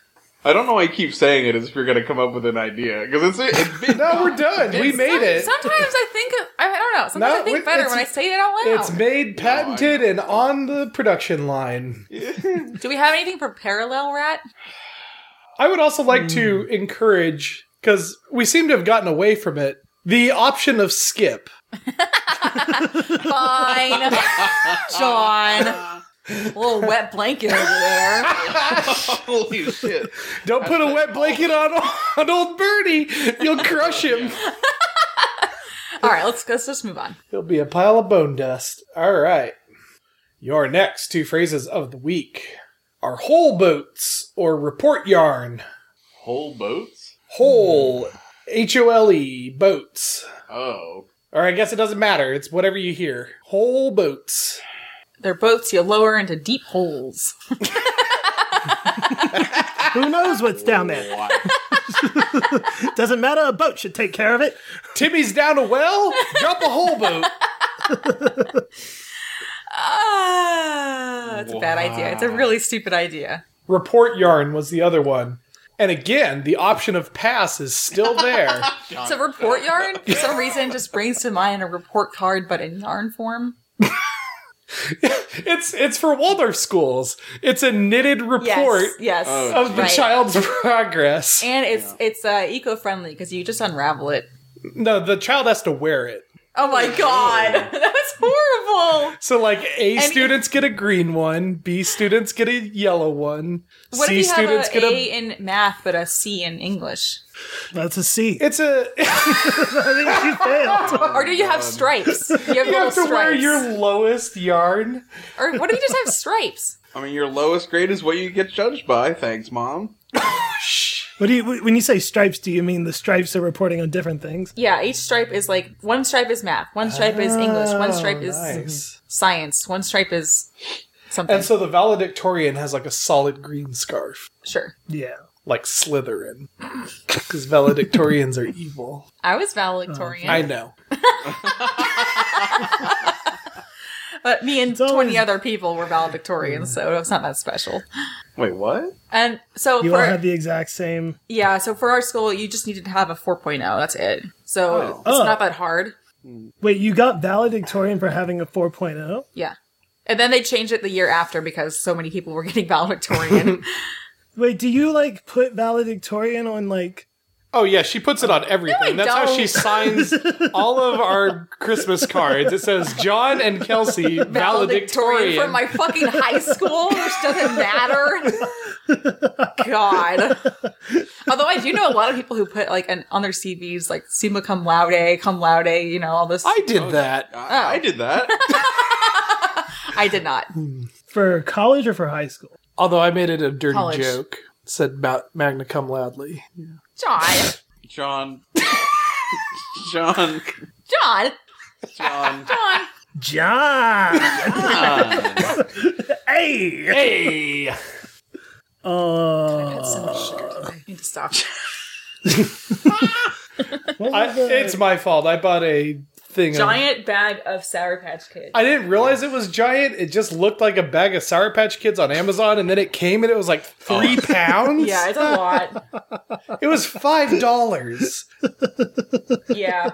I don't know why I keep saying it as if you're gonna come up with an idea because it's it's been
no, we're done. We made it.
Sometimes I think of, I I don't know. Sometimes
No,
I think
it-
better
it's-
when I say it out loud.
It's made, patented, and on the production line.
Do we have anything for parallel rat?
I would also like to encourage because we seem to have gotten away from it. The option of skip.
Fine, John. little wet blanket over there.
holy shit.
Don't put a wet blanket on, on old Bernie. You'll crush him.
All right, let's let's just move on.
He'll be a pile of bone dust. All right. Your next two phrases of the week are whole boats or report yarn.
Whole boats?
Whole, H O L E, boats.
Oh.
Or I guess it doesn't matter. It's whatever you hear. Whole boats.
Their boats you lower into deep holes.
Who knows what's down there?
Wow.
Doesn't matter. A boat should take care of it.
Timmy's down a well? Drop a whole boat.
Ah, it's a bad idea. It's a really stupid idea.
Report yarn was the other one. And again, the option of pass is still there.
So report yarn for some reason just brings to mind a report card, but in yarn form.
it's it's for Waldorf schools. It's a knitted report
Yes, yes.
Oh,
of the
right.
child's progress.
And it's it's uh, eco friendly because you just unravel it.
no, the child has to wear it.
Oh my god, that was horrible.
So like A
And-
students get a green one, B students get a yellow one,
What
C
if you have
students
a
get
A
a
in math but a C in English?
That's a C.
it's a
she failed.
Or do you have stripes? You have,
you
little
have to
stripes.
wear your lowest yarn.
Or what if you just have stripes?
I mean, your lowest grade is what you get judged by. Thanks, mom.
What do you when you say stripes? Do you mean the stripes are reporting on different things?
Yeah, each stripe is like one stripe is math, one stripe is English,
Oh,
one stripe is
Oh,
Mhm.
nice.
science, one stripe is something.
And so the valedictorian has like a solid green scarf,
sure.
Yeah.
like Slytherin, because valedictorians are evil.
I was
Oh,
valedictorian.
I know.
But me and
always-
20 other people were valedictorians, so it's not that special.
Wait, what?
And so
You
for
all have the exact same.
yeah, so for our school, you just needed to have a 4.0. That's it. So it's
Oh.
not that hard.
Wait, you got valedictorian for having a oh? 4.0?
Yeah. And then they changed it the year after because so many people were getting valedictorian.
Wait, do you like put valedictorian on like
Oh yeah, she puts it on everything.
No, I
That's how she
don't.
signs all of our Christmas cards. It says John and Kelsey
valedictorian
valedictorian.
from my fucking high school, which doesn't matter. God. Although I do know a lot of people who put like an, on their CVs like summa cum laude, cum laude, you know, all this.
I did that.
I, I did that.
I did not.
for college or for high school?
Although I made it a dirty
College.
joke. Said about Magna Cum Loudly.
John.
John. John.
John.
John.
John.
John.
John.
hey.
Hey!
Uh,
That's so much sugar today. I need to stop.
what
I,
was the-
it's my fault. I bought a thing. of-
Giant bag of Sour Patch Kids.
I didn't realize it was giant. It just looked like a bag of Sour Patch Kids on Amazon, and then it came and it was like three pounds.
Oh. yeah, it's a lot.
it was five dollars.
Yeah.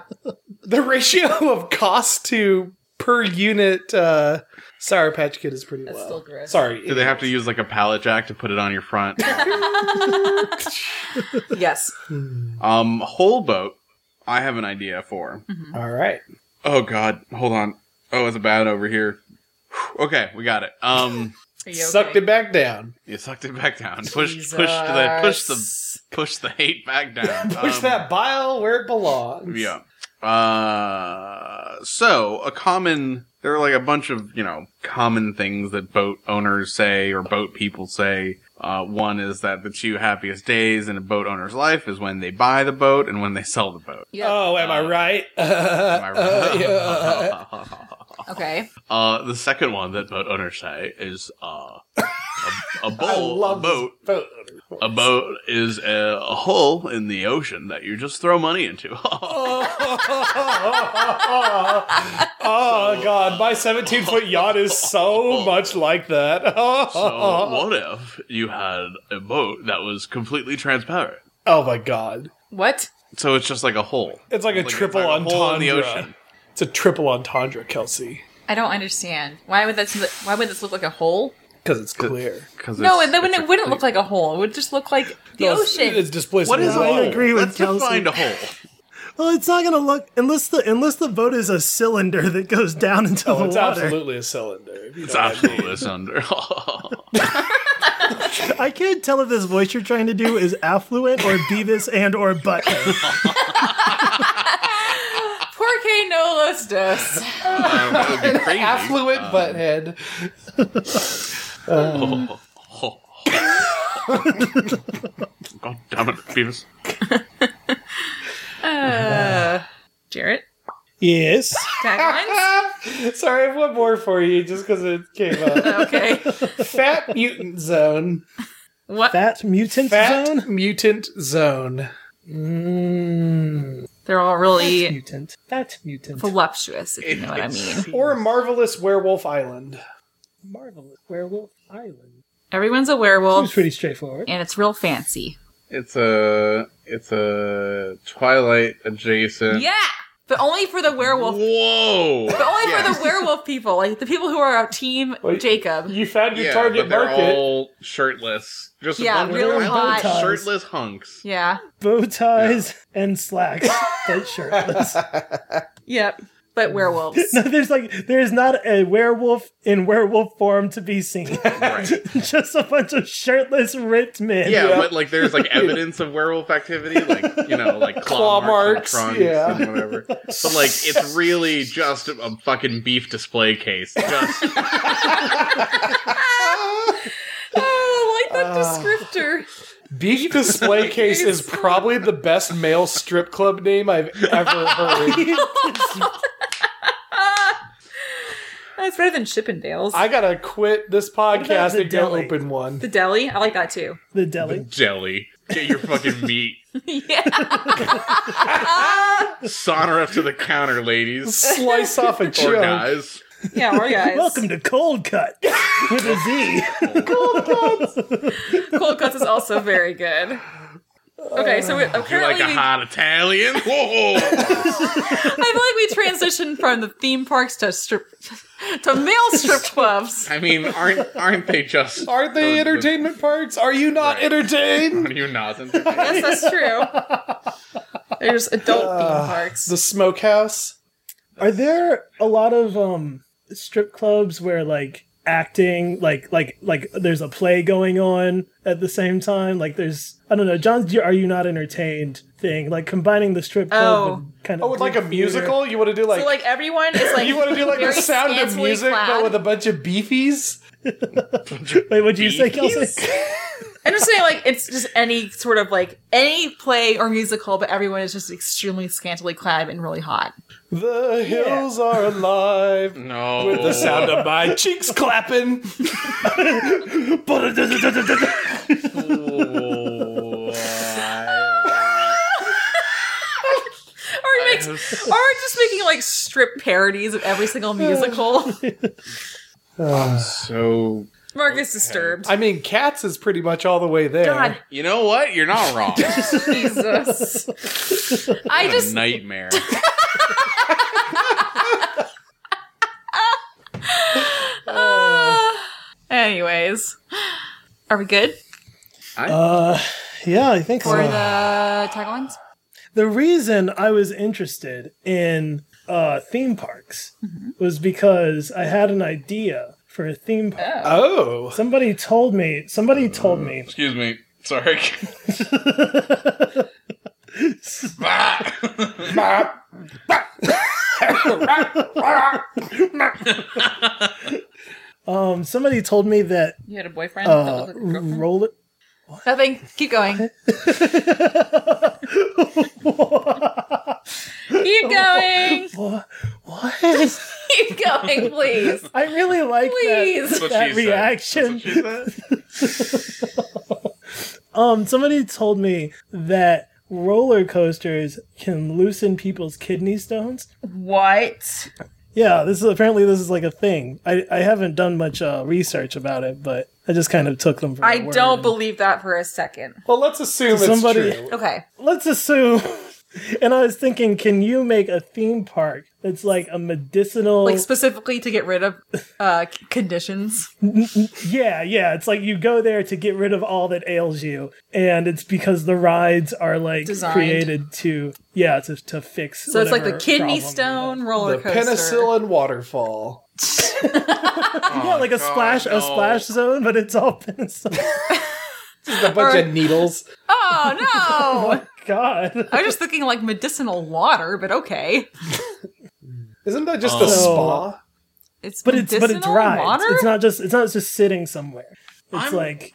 the ratio of cost to per unit uh, Sour Patch Kid is pretty
That's
low.
still gross.
Sorry.
Did they have to use like a pallet jack to put it on your front?
Yes.
um, whole boat. I have an idea for.
All right.
Oh God, hold on. Oh, it's a bad over here. Whew, Okay, we got it. Um,
Are you
Sucked
okay?
it back down.
you sucked it back down. Push, push the, push the, push the hate back down.
Push
Um,
that bile where it belongs.
Yeah. Uh, so a common there are like a bunch of you know common things that boat owners say or boat people say. Uh, one is that the two happiest days in a boat owner's life is when they buy the boat and when they sell the boat.
Yeah.
Oh, am I right?
Uh, Am I
Uh, yeah, uh,
right?
Okay.
Uh, the second one that boat owners say is uh, a, a
I
bowl, a
love
boat.
this boat.
A boat is a, a hole in the ocean that you just throw money into.
Oh god, my 17 foot yacht is so much like that. Oh,
So Oh, what if you had a boat that was completely transparent?
oh my god.
What?
So it's just like a hole.
It's like a triple
like a hole
entendre.
in the ocean.
It's a triple entendre, Kelsey.
I don't understand. Why would that? Why would this look like a hole?
Because it's clear.
Cause
No,
it's-
and then when
it's
it
a-
wouldn't look like a hole. It would just look like the
No, it's-
ocean.
It's displacing
What is
I
a hole?
agree with
Let's
Kelsey.
define a hole.
well, it's not gonna look unless the unless the boat is a cylinder that goes down into the
Oh, it's
water.
absolutely a cylinder. You
It's
know that.
absolutely a cylinder.
I can't tell if this voice you're trying to do is affluent or Beavis and or butt.
Porque no los dos.
Um, that would be crazy.
affluent
um,
butthead.
God damn it, Beavis.
Uh, Jarrett.
yes.
Taglines.
Ah, Sorry, I have one more for you just because it came up.
Okay.
Fat mutant zone.
What?
That mutant
Fat
zone.
mutant zone.
Mm,
They're all
fat
really
mutant. Fat mutant.
voluptuous, if you know what I mean.
Or marvelous werewolf island.
Marvelous werewolf island.
Everyone's a
Seems
werewolf,
pretty straightforward.
and it's real fancy.
It's a it's a Twilight adjacent
Yeah. but only for the werewolf.
Whoa!
But only for
Yes.
the werewolf people, like the people who are our team
Wait.
Jacob.
You found your
Yeah,
target
but they're
market.
all shirtless. Just a
Yeah,
bunch of
really
wild
hot.
Bow ties.
shirtless hunks.
yeah.
bow ties and slacks, but shirtless.
Yep. But werewolves.
No, there's like there's not a werewolf in werewolf form to be seen.
Right.
Just a bunch of shirtless ripped men.
Yeah, but like there's like evidence of werewolf activity, like you know, like claw,
Claw
marks, and
marks,
trunks
yeah.
and whatever. But like it's really just a, a fucking beef display case. Just
oh, I like that descriptor.
Beef display case is probably the best male strip club name I've ever heard.
That's better than Chippendales.
I gotta quit this podcast
the
and go
deli?
open one.
the deli. I like that too.
The deli.
jelly. Get your fucking meat.
yeah.
Saunter up to the counter, ladies.
Slice off a
Or
chunk.
guys.
Yeah, or guys.
Welcome to Cold Cut with a Z.
Cold cuts is also very good. Okay, so we,
You're like
apparently
a
we,
hot Italian. Whoa!
I feel like we transitioned from the theme parks to strip to male strip clubs.
I mean, aren't aren't they just
Aren't they
the- the-
entertainment parks? Are you not
Right.
entertained?
Are you not entertained?
Yes, that's true. There's adult theme parks.
Uh, The smokehouse?
Are there a lot of um strip clubs where like acting like like like there's a play going on at the same time? Like there's I don't know, John's are you not entertained thing, like combining the strip club
Oh.
and kind of
Oh, with like a
theater.
musical? You wanna do like,
so like everyone is like
you wanna do like the
very
sound of
scantily
music
clad.
but with a bunch of beefies?
Wait, what'd you say, Kelsey?
I'm just saying like it's just any sort of like any play or musical, but everyone is just extremely scantily clad and really hot.
The hills are alive. Oh.
No.
With the sound of my cheeks clapping.
uh,
Or he makes or
have-
just making like strip parodies of every single musical.
So
Mark is disturbed.
I mean, Cats is pretty much all the way there.
God
you know what? You're not wrong.
Jesus.
What
I
a
just
nightmare.
anyways. Are we good
yeah, I think so.
for the taglines?
the reason I was interested in uh, theme parks
Mm-hmm.
was because I had an idea for a theme park.
Oh.
Somebody told me. Somebody told me.
Excuse me. Sorry.
Uh.
Um, somebody told me that
You had a boyfriend? that
uh,
looked like a girlfriend?
roller.
Nothing. Keep going. Keep going.
What? what?
Keep going, please.
I really like
Please.
that, that reaction. Um, somebody told me that roller coasters can loosen people's kidney stones.
What?
Yeah, this is apparently this is like a thing. I, I haven't done much uh, research about it, but I just kind of took them for.
I
their word.
don't believe that for a second.
Well, let's assume it's
Somebody-
true.
Okay.
Let's assume. And I was thinking, can you make a theme park that's like a medicinal?
Like specifically to get rid of uh c- conditions.
yeah, yeah. It's like you go there to get rid of all that ails you, and it's because the rides are like
Designed.
created to yeah to to fix.
So it's like the
whatever
kidney
problem.
stone roller
The
coaster.
penicillin waterfall.
Oh,
Yeah, like a splash a splash zone, but it's all penicillin.
Just a bunch of needles.
Oh no!
God.
I was just thinking like medicinal water, but okay.
Isn't that just
Oh.
a spa?
It's
But it's but it's
medicinal
rides.
Water?
It's not just it's not just sitting somewhere. It's
I'm-
like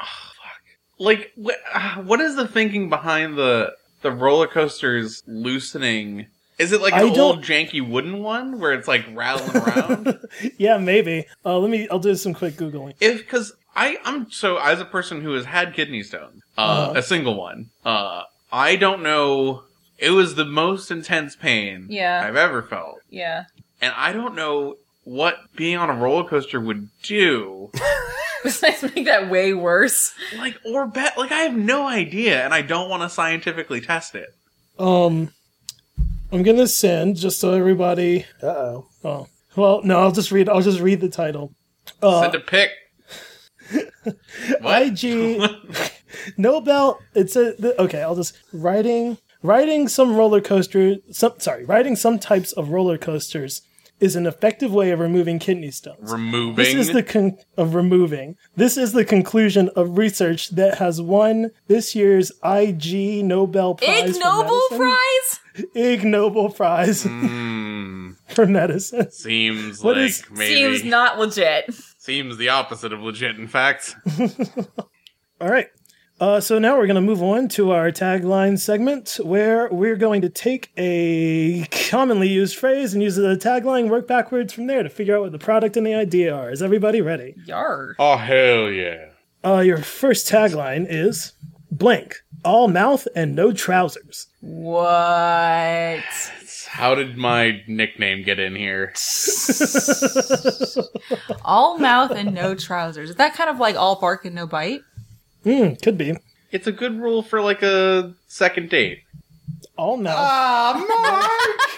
Like, wh- ah, what is the thinking behind the the roller coasters loosening? Is it like
I
an
don't-
old janky wooden one where it's like rattling around?
yeah, maybe. Uh, let me. I'll do some quick googling.
if because I I'm so as a person who has had kidney stones, uh,
Uh-huh.
a single one, uh, I don't know. It was the most intense pain
Yeah.
I've ever felt,
Yeah.
and I don't know what being on a roller coaster would do.
Besides make that way worse.
like or bet like I have no idea, and I don't want to scientifically test it.
Um, I'm gonna send just so everybody.
Uh oh.
Oh, well, no, I'll just read. I'll just read the title. Uh.
Send a pic. what?
IG Nobel. It's a the, okay. I'll just riding riding some roller coaster. Some sorry, riding some types of roller coasters is an effective way of removing kidney stones.
Removing.
This is the con- of removing. This is the conclusion of research that has won this year's IG Nobel Prize.
Ig Nobel
for medicine.
Prize?
Ig Nobel Prize
Hmm,
for medicine.
seems
What
like
is-
maybe
Seems not legit.
seems the opposite of legit. In fact,
All right. Uh, so now we're going to move on to our tagline segment where we're going to take a commonly used phrase and use it as a tagline, work backwards from there to figure out what the product and the idea are. Is everybody ready?
Yar.
oh hell yeah!
Uh, your first tagline is blank, all mouth and no trousers.
What?
How did my nickname get in here?
All mouth and no trousers. Is that kind of like all bark and no bite?
Hmm, could be.
It's a good rule for like a second date.
All mouth.
Ah, Mark.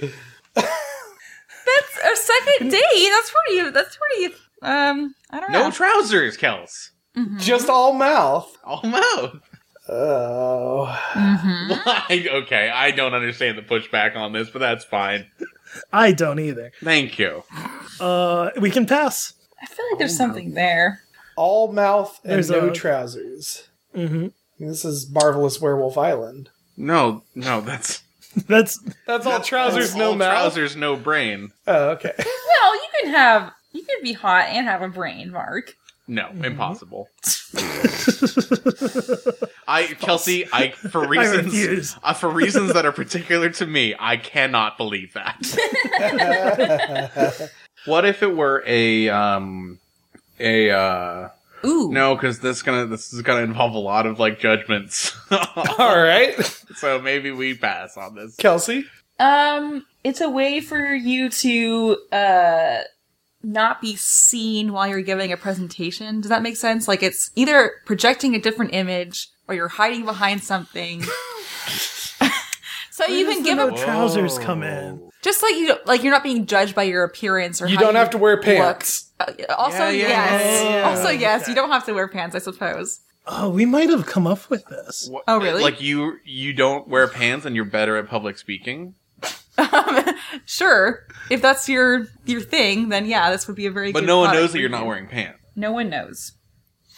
what?
That's a second date. That's pretty. That's pretty. Um, I don't know.
No trousers, Kels.
Just all mouth.
All mouth.
Oh.
Why? Okay, I don't understand the pushback on this, but that's fine.
I don't either.
Thank you.
Uh, we can pass.
I feel like there's something there.
All mouth and
There's
no
a-
trousers.
Mhm.
This is Marvelous Werewolf Island.
No, no, that's
That's
That's all trousers,
that's
no
all
mouth.
Trousers, no brain.
Oh, okay.
Well, you can have. You can be hot and have a brain, Mark.
No, impossible. I Kelsey, I for reasons
refuse.
uh, for reasons that are particular to me, I cannot believe that. what if it were a um a uh
Ooh.
no because this gonna this is gonna involve a lot of like judgments
all right.
so maybe we pass on this
Kelsey?
Um, it's a way for you to uh not be seen while you're giving a presentation. Does that make sense? Like it's either projecting a different image or you're hiding behind something. so you can give
no
a
trousers come in.
just like you don't- like you're not being judged by your appearance or
You
how
don't have to wear pants.
Uh, also,
Yeah, yeah,
yes.
yeah, yeah.
Also, yes. You don't have to wear pants, I suppose.
Oh, we might have come up with this.
What-
Oh, really?
like you you don't wear pants and you're better at public speaking
Sure, if that's your your thing, then yeah, this would be a very.
but
good
no one
product
knows
for
that you're not
you.
wearing pants
No one knows.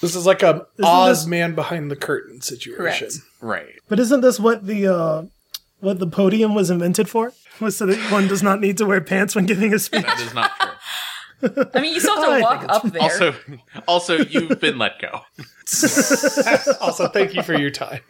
This is like a
Isn't
Oz
this-
man behind the curtain situation.
Correct.
right
But isn't this what the uh, what the podium was invented for? Was so that one does not need to wear pants when giving a speech.
that is not true
I mean, you still have
I
to
think
walk
it's-
up there.
also also you've been let go
also, thank you for your time.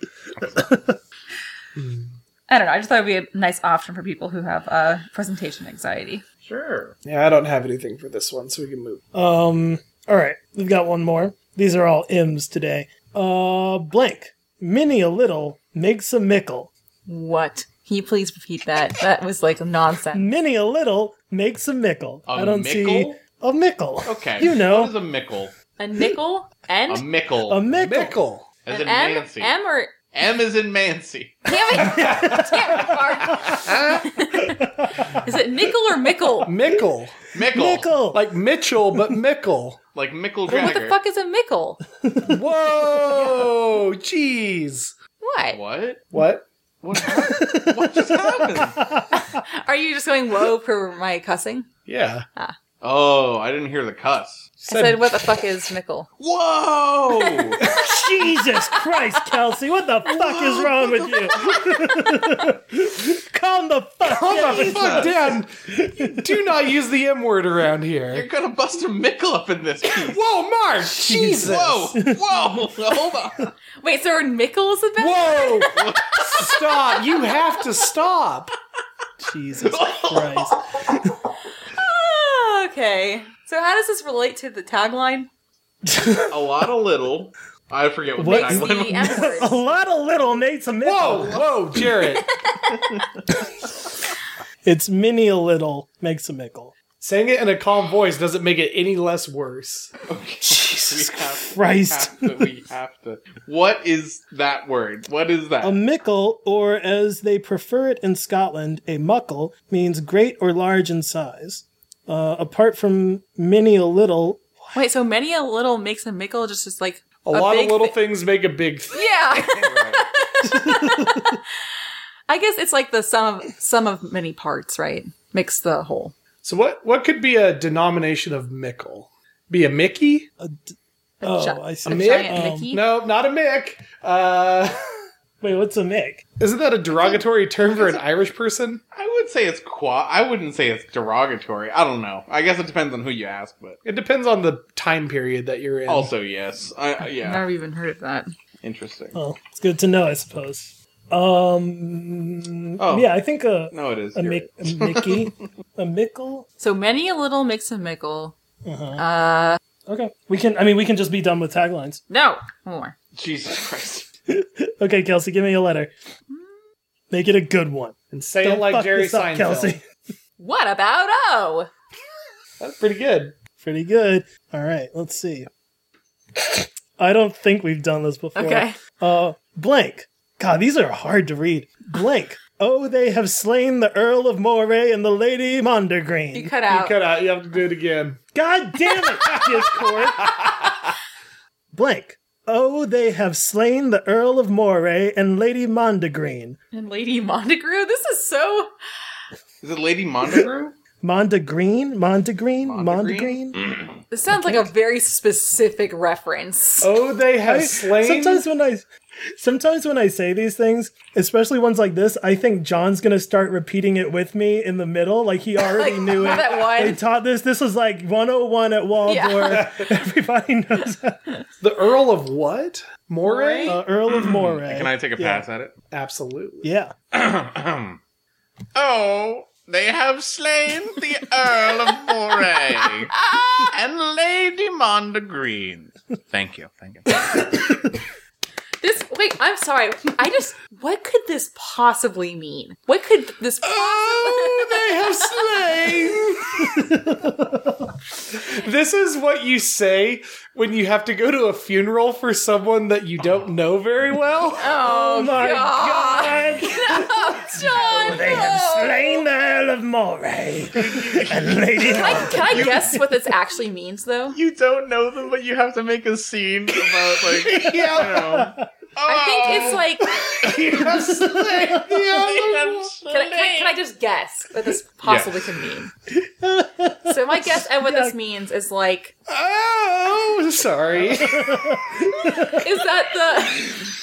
I don't know. I just thought it would be a nice option for people who have uh, presentation anxiety.
sure
Yeah, I don't have anything for this one, so we can move.
Um. All right, we've got one more. These are all M's today. Uh, blank. Many a little makes a mickle.
What? Can you please repeat that? That was like nonsense.
Many a little makes a mickle.
A
I don't
mickle?
see a mickle.
okay
You know.
what is a mickle
A nickel
a
and
mickle
A mickle.
Mickle.
as in
an M,
Nancy.
M or
M is in Mancy.
damn it, damn it, Mark. Is it nickel or mickle?
Mickle.
Mickle.
Mickle.
Like Mitchell, but Mickle.
Like Mickle
What
Jagger.
the fuck is a mickle?
Whoa! Jeez.
What?
What?
What?
What, what just happened?
Are you just going whoa for my cussing?
Yeah.
Oh, I didn't hear the cuss.
I said, what the fuck is mickle?
Whoa!
Jesus Christ, Kelsey, what the fuck is wrong with you? Calm the fuck down.
Hold the fuck down. Do not use the M word around
You're
here.
gonna bust a mickle up in this piece.
Whoa, Mark! Jesus!
Whoa! Whoa! Hold on.
Wait, so are mickles a mickle?
Whoa! stop! You have to stop.
Jesus Christ.
Ah, okay. So how does this relate to the tagline?
A lot of little. I forget what,
What?
the
It's
tagline was.
the M word.
A lot of little makes a mickle.
Whoa, whoa, Jarrett!
It's many a little makes a mickle.
Saying it in a calm voice doesn't make it any less worse.
Jesus
we have,
Christ.
We have, to, we have to. What is that word? What is that?
A mickle, or as they prefer it in Scotland, a muckle, means great or large in size. Uh, apart from many a little,
Wait, so many a little makes a mickle just is like
A, lot of
big
little
thi-
things make a big thing.
Yeah.
Right.
I guess it's like the sum of sum of many parts, right? Makes the whole.
So what what could be a denomination of mickle? Be a Mickey?
oh,
gi-
I see.
a
Mick?
giant
Um,
Mickey.
No, not a Mick. Uh,
Wait, what's a mick?
isn't that a derogatory term for an Irish person?
I would say it's qua. I wouldn't say it's derogatory. I don't know. I guess it depends on who you ask, but
It depends on the time period that you're in.
also yes. I, I- yeah,
Never even heard of that.
interesting.
Well, it's good to know, I suppose. Um,
Oh.
yeah, I think a
No, it is.
a,
You're
mick, a mickey, a mickle.
So many a little makes a mickle.
Okay, we can. I mean, we can just be done with taglines.
No more.
right. Jesus Christ.
Okay, Kelsey, give me a letter. Make it a good one.
and say
Don't
it like
fuck
Jerry
this up,
Seinfeld.
Kelsey.
What about O?
That's pretty good.
Pretty good. All right, let's see. I don't think we've done this before.
Okay.
Uh, blank. God, these are hard to read. Blank. Oh, they have slain the Earl of Moray and the Lady Mondergreen.
You cut
You
out.
cut out. You have to do it again.
God damn it, Discord. Blank. Oh, they have slain the Earl of Moray and Lady Mondegreen.
And Lady Montegrew, this is so
Is it Lady Mondergrew?
Mondegreen? Mondegreen?
Mondegreen?
Mondegreen?
this sounds like a very specific reference.
Oh, they have slain.
Sometimes when I sometimes when I say these things, especially ones like this, I think John's gonna start repeating it with me in the middle. Like he already
Like,
knew it.
that one.
They taught this. This was like 101 at Waldorf. Everybody knows that.
the Earl of what? Moray?
Uh, Earl of Moray.
Can I take a pass at it?
Absolutely.
Yeah.
Oh, they have slain the Earl of Moray and Lady Mondegreen. Thank you. Thank you.
This wait, I'm sorry. I just what could this possibly mean? What could this
Oh,
Oh, they have slain. this is what you say when you have to go to a funeral for someone that you don't know very well.
Oh,
My God.
John,
They have
no.
slain the Earl of Moray and Lady Mon-
Can I guess what this actually means though?
You don't know them, but you have to make a scene about like yeah. you know.
I think it's like Can I, can, I, can I just guess what this possibly can mean? so my guess at what this means is like,
Oh, sorry.
is that the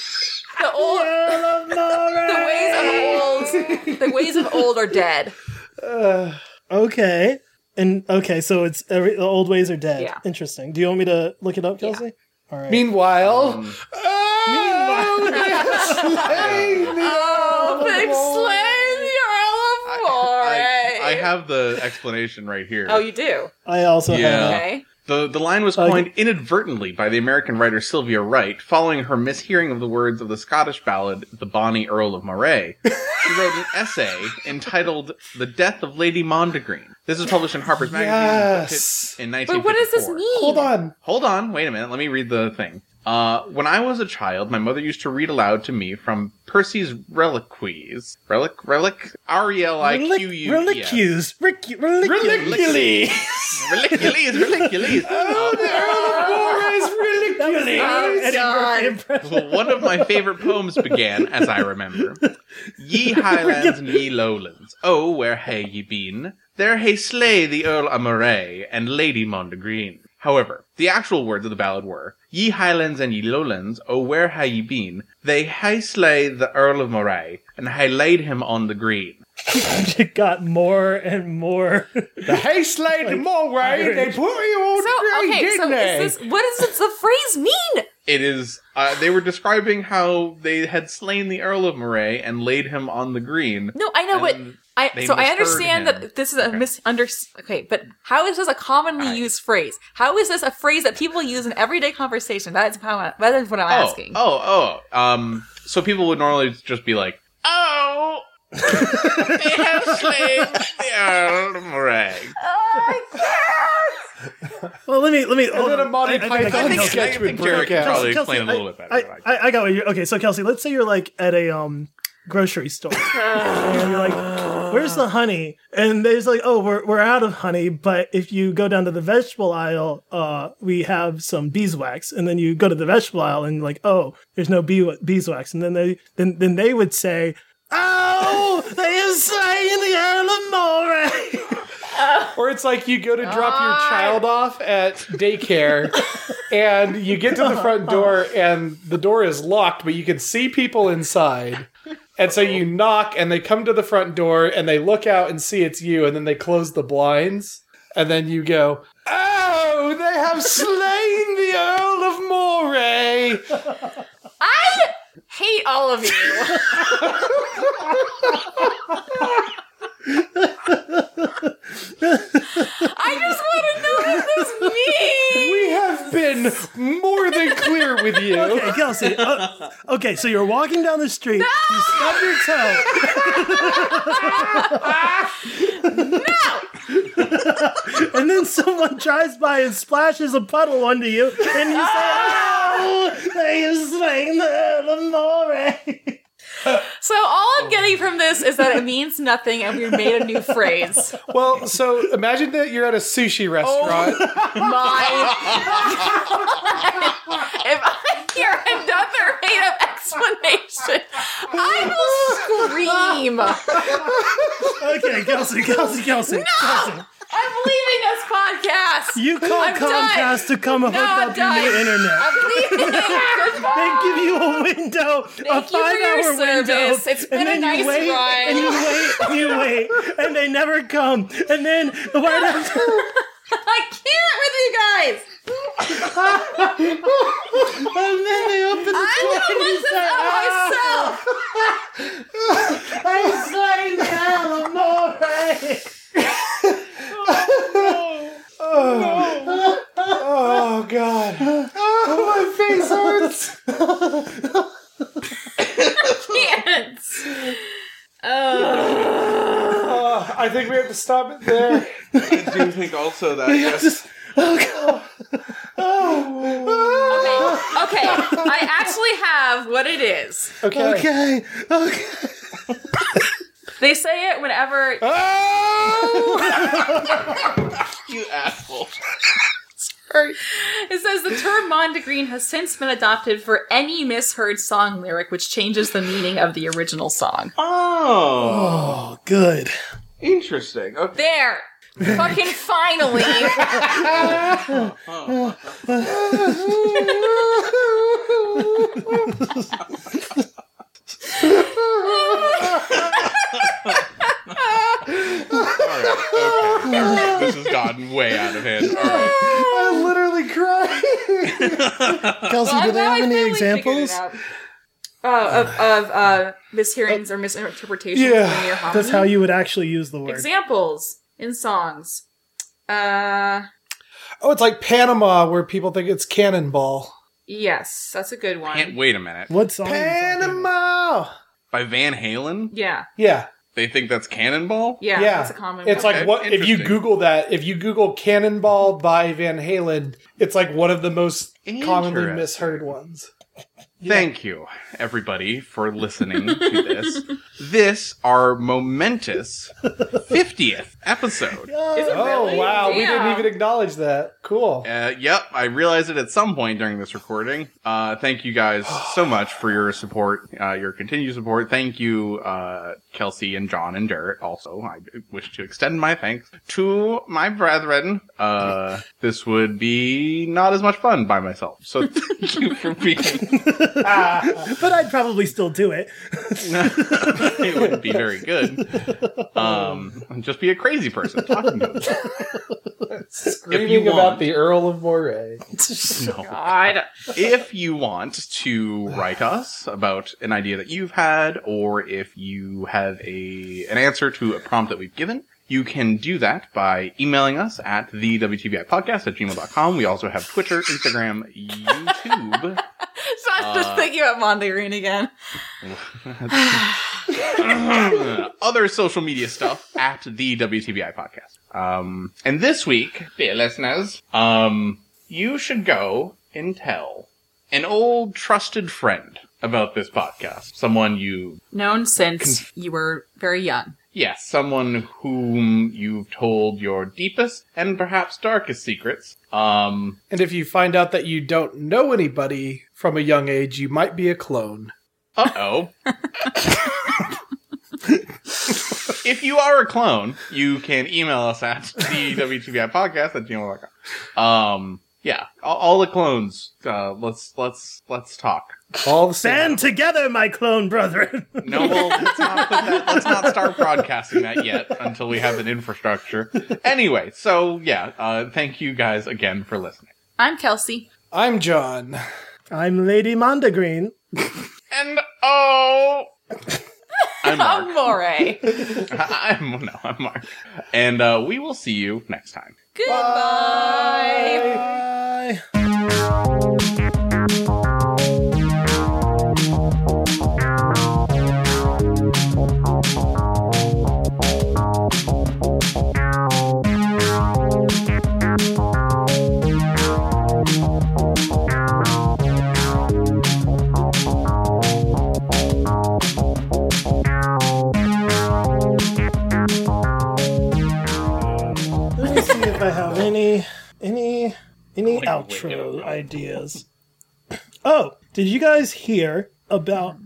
the old
Earl of Moray.
the ways of old the ways of old are dead?
Okay. And okay, so it's every, the old ways are dead.
Yeah.
Interesting. Do you want me to look it up, Kelsey? All right.
Meanwhile,
Um,
oh, they have slain.
Oh, they've slain the Earl of
I,
Moray.
I have the explanation right here.
Oh, you do.
I also
Yeah.
have.
Okay.
The, the line was
you-
coined inadvertently by the American writer Sylvia Wright following her mishearing of the words of the Scottish ballad The Bonnie Earl of Moray. She wrote an essay entitled The Death of Lady Mondegreen. This was published in Harper's Magazine
Yes.
in
But
1954.
what does this mean?
Hold on.
Hold on, wait a minute. Let me read the thing. Uh, when I was a child, my mother used to read aloud to me from Percy's Reliquies. Relic, relic, R E L I Q U.
Relicues. Ricu- Relicues.
Reliquies. Reliquies. Reliquies.
Oh,
Eddie Murphy impression.
One of my favorite poems began, as I remember, Ye highlands and ye lowlands, oh, where hae ye been? There hae slay the Earl of Moray and Lady Mondegreen. However, the actual words of the ballad were, Ye highlands and ye lowlands, oh, where hae ye been? They hae slay the Earl of Moray and hae laid him on the green.
It got more and more.
The hay slain Moray. They put you on
So
the grave,
okay,
didn't
so
they?
is this what does this, the phrase mean?
It is, uh, they were describing how they had slain the Earl of Moray and laid him on the green.
No, I know,
And
but I
Um, they
so I
misheard
understand
him.
that this is a misunder. Okay, but how is this a commonly used phrase? How is this a phrase that people use in everyday conversation? That is how I, that is what I'm
oh,
asking.
Oh, oh. Um, so people would normally just be like, oh, they have slain the Earl of Moray.
Oh, I
Well, let me let me.
And
hold
then a
on.
Monty
I- I think I
Python
got-
think- I
sketch
think
would
Jerry
break
could
out.
probably explain a little bit better than I can.
I, I, I got what you're. Okay, so Kelsey, let's say you're like at a um grocery store, and you're like, "Where's the honey?" And there's like, "Oh, we're we're out of honey." But if you go down to the vegetable aisle, uh, we have some beeswax. And then you go to the vegetable aisle, and you're like, "Oh, there's no bee- beeswax." And then they then then they would say. Oh, they are saying the Earl of Moray.
Or it's like you go to drop your child off at daycare and you get to the front door and the door is locked, but you can see people inside. And so you knock and they come to the front door and they look out and see it's you and then they close the blinds. And then you go, Oh, they have slain the Earl of Moray.
I hate all of you. I just want to know what this means.
We have been more than clear with you.
Okay, Kelsey. uh, okay, so you're walking down the street. You stub your toe. no. and then someone drives by and splashes a puddle onto you, and you say, "Oh, they have slain the Earl of Moray."
So all I'm getting from this is that it means nothing, and we made a new phrase.
Well, so imagine that you're at a sushi restaurant.
My. if I hear another made up explanation, I will scream.
Okay, Kelsey, Kelsey, Kelsey, Kelsey.
I'm leaving this podcast.
You call
I'm
Comcast to come hook
I'm
up your new
done.
internet.
I'm leaving. Goodbye.
They give you a window, a
Ah. you for
five
your
hour window.
service. It's been
and
a
then
nice
you wait,
ride.
And you wait, and you wait, and they never come. And then right after
I can't with you guys.
and then they open the
I'm
door
gonna
and you
listen
say, "Ah,
to myself.
I'm saying Alamore.
Oh god. Oh, my face hurts.
Can't.
Oh, I think we have to stop it there.
I do think also that yes,
Oh. Okay, I actually have what it is.
Okay.
Okay, okay.
They say it whenever.
you asshole.
It says the term Mondegreen has since been adopted for any misheard song lyric which changes the meaning of the original song.
Oh,
Oh, good.
interesting. Okay.
There! Fucking finally!
All right. Okay. All right. This has gotten way out of hand. All right.
I literally cried.
Kelsey,
Uh, Well,
do they
now
have
I
any
finally figured
examples?
it out. Oh, of, of uh, mishearings or misinterpretations
Yeah,
in your homily.
That's how you would actually use the word.
Examples in songs. Uh,
Oh, it's like Panama where people think it's cannonball.
yes, that's a good one.
Can't wait a minute.
What song? is that?
Panama.
By Van Halen,
Yeah,
Yeah.
they think that's Cannonball.
yeah,
yeah.
that's a common
It's
one.
like
Okay,
what if you
interesting.
Google that, if you Google Cannonball by Van Halen, it's like one of the most commonly
Interesting.
misheard ones.
Thank you, everybody, for listening to this. This our momentous fiftieth episode.
Is it
Oh
really?
wow, we didn't
Damn.
even acknowledge that. Cool.
Uh, yep, I realized it at some point during this recording. Uh, thank you guys so much for your support, uh, your continued support. Thank you, uh, Kelsey and John and Derek. Also, I wish to extend my thanks to my brethren. Uh, this would be not as much fun by myself. So thank you for being.
Ah,
But I'd probably still do it.
it wouldn't be very good. Um, just be a crazy person talking to us.
Screaming
you want-
about the Earl of Moray.
No.
God.
if you want to write us about an idea that you've had, or if you have a an answer to a prompt that we've given, you can do that by emailing us at the WTBI podcast at gmail.com. We also have Twitter, Instagram, YouTube.
So I was just thinking about Mondegreen again.
Other social media stuff at the WTBI podcast. Um, and this week, dear listeners, um, you should go and tell an old trusted friend about this podcast. Someone you
Known since you were very young.
Yes, someone whom you've told your deepest and perhaps darkest secrets. Um,
And if you find out that you don't know anybody from a young age, you might be a clone.
uh oh. if you are a clone, you can email us at E the WTBI podcast at gmail.com. Um, yeah, all, all the clones, uh, let's, let's, let's talk.
All the same.
Band together, my clone brethren.
No, well, let's not, put that, let's not start broadcasting that yet until we have an infrastructure. Anyway, so yeah, uh, thank you guys again for listening.
I'm Kelsey.
I'm John.
I'm Lady Mondegreen.
And oh, I'm Mark.
Amore.
I'm no, I'm Mark. And uh, we will see you next time.
Goodbye.
Bye. Let me see if I have any any any
Like, wait,
outro
no, no.
ideas. Oh, did you guys hear about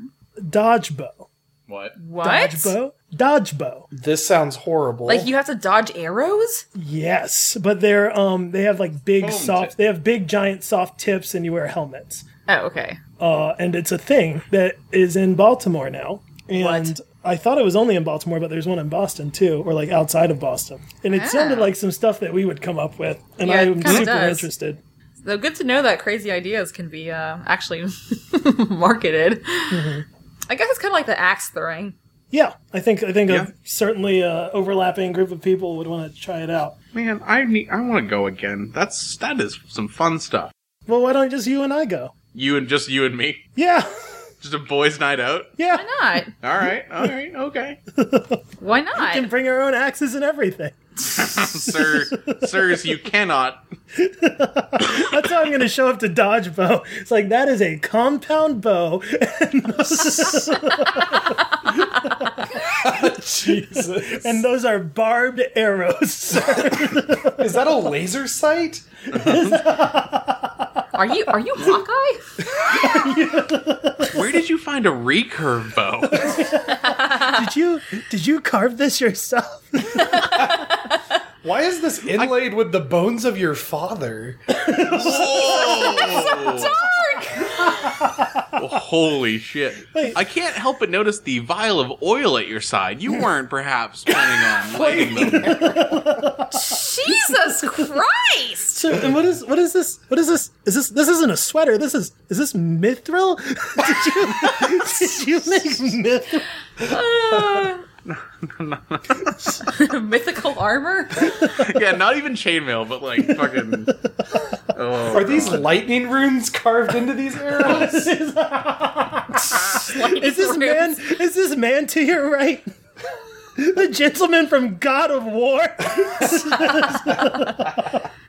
Dodgebow?
What?
What?
Dodgebow? Dodgebow.
This sounds horrible.
Like you have to dodge arrows?
Yes, but they're um they have like big
Foam
soft
tip.
they have big giant soft tips and you wear helmets.
Oh, okay.
Uh and it's a thing that is in Baltimore now. And
What?
I thought it was only in Baltimore, but there's one in Boston too, or like outside of Boston. And it sounded like some stuff that we would come up with, and
Ah. Yeah, it
I'm
kinda
super
does.
interested.
So good to know that crazy ideas can be uh, actually marketed.
Mm-hmm.
I guess it's kind of like the axe throwing.
Yeah, I think I think
Yeah.
a certainly uh, overlapping group of people would want to try it out.
Man, I need. I want to go again. That's that is some fun stuff.
Well, why don't just you and I go?
You and just you and me,
Yeah,
just a boys' night out.
yeah.
Why not?
All right, all right, okay.
Why
And
not?
bring our own axes and everything.
Sir, sirs, you cannot.
That's how I'm going to show up to dodge bow. It's like that is a compound bow.
Jesus.
And those are barbed arrows. sir.
Is that a laser sight?
Are you are you Hawkeye?
Where did you find a recurve bow?
did you did you carve this yourself?
Why is this inlaid with the bones of your father?
Whoa!
Dark.
Holy shit!
Wait.
I can't help but notice the vial of oil at your side. You weren't perhaps planning on lighting them.
Jesus Christ!
So, and what is what is this? What is this? Is this this isn't a sweater? This is is this mithril? did you did you make mithril?
Mythical armor.
Yeah, not even chainmail, but like fucking. Oh,
Are these lightning runes carved into these arrows?
Is this man? Is this man to your right? The gentleman from God of War.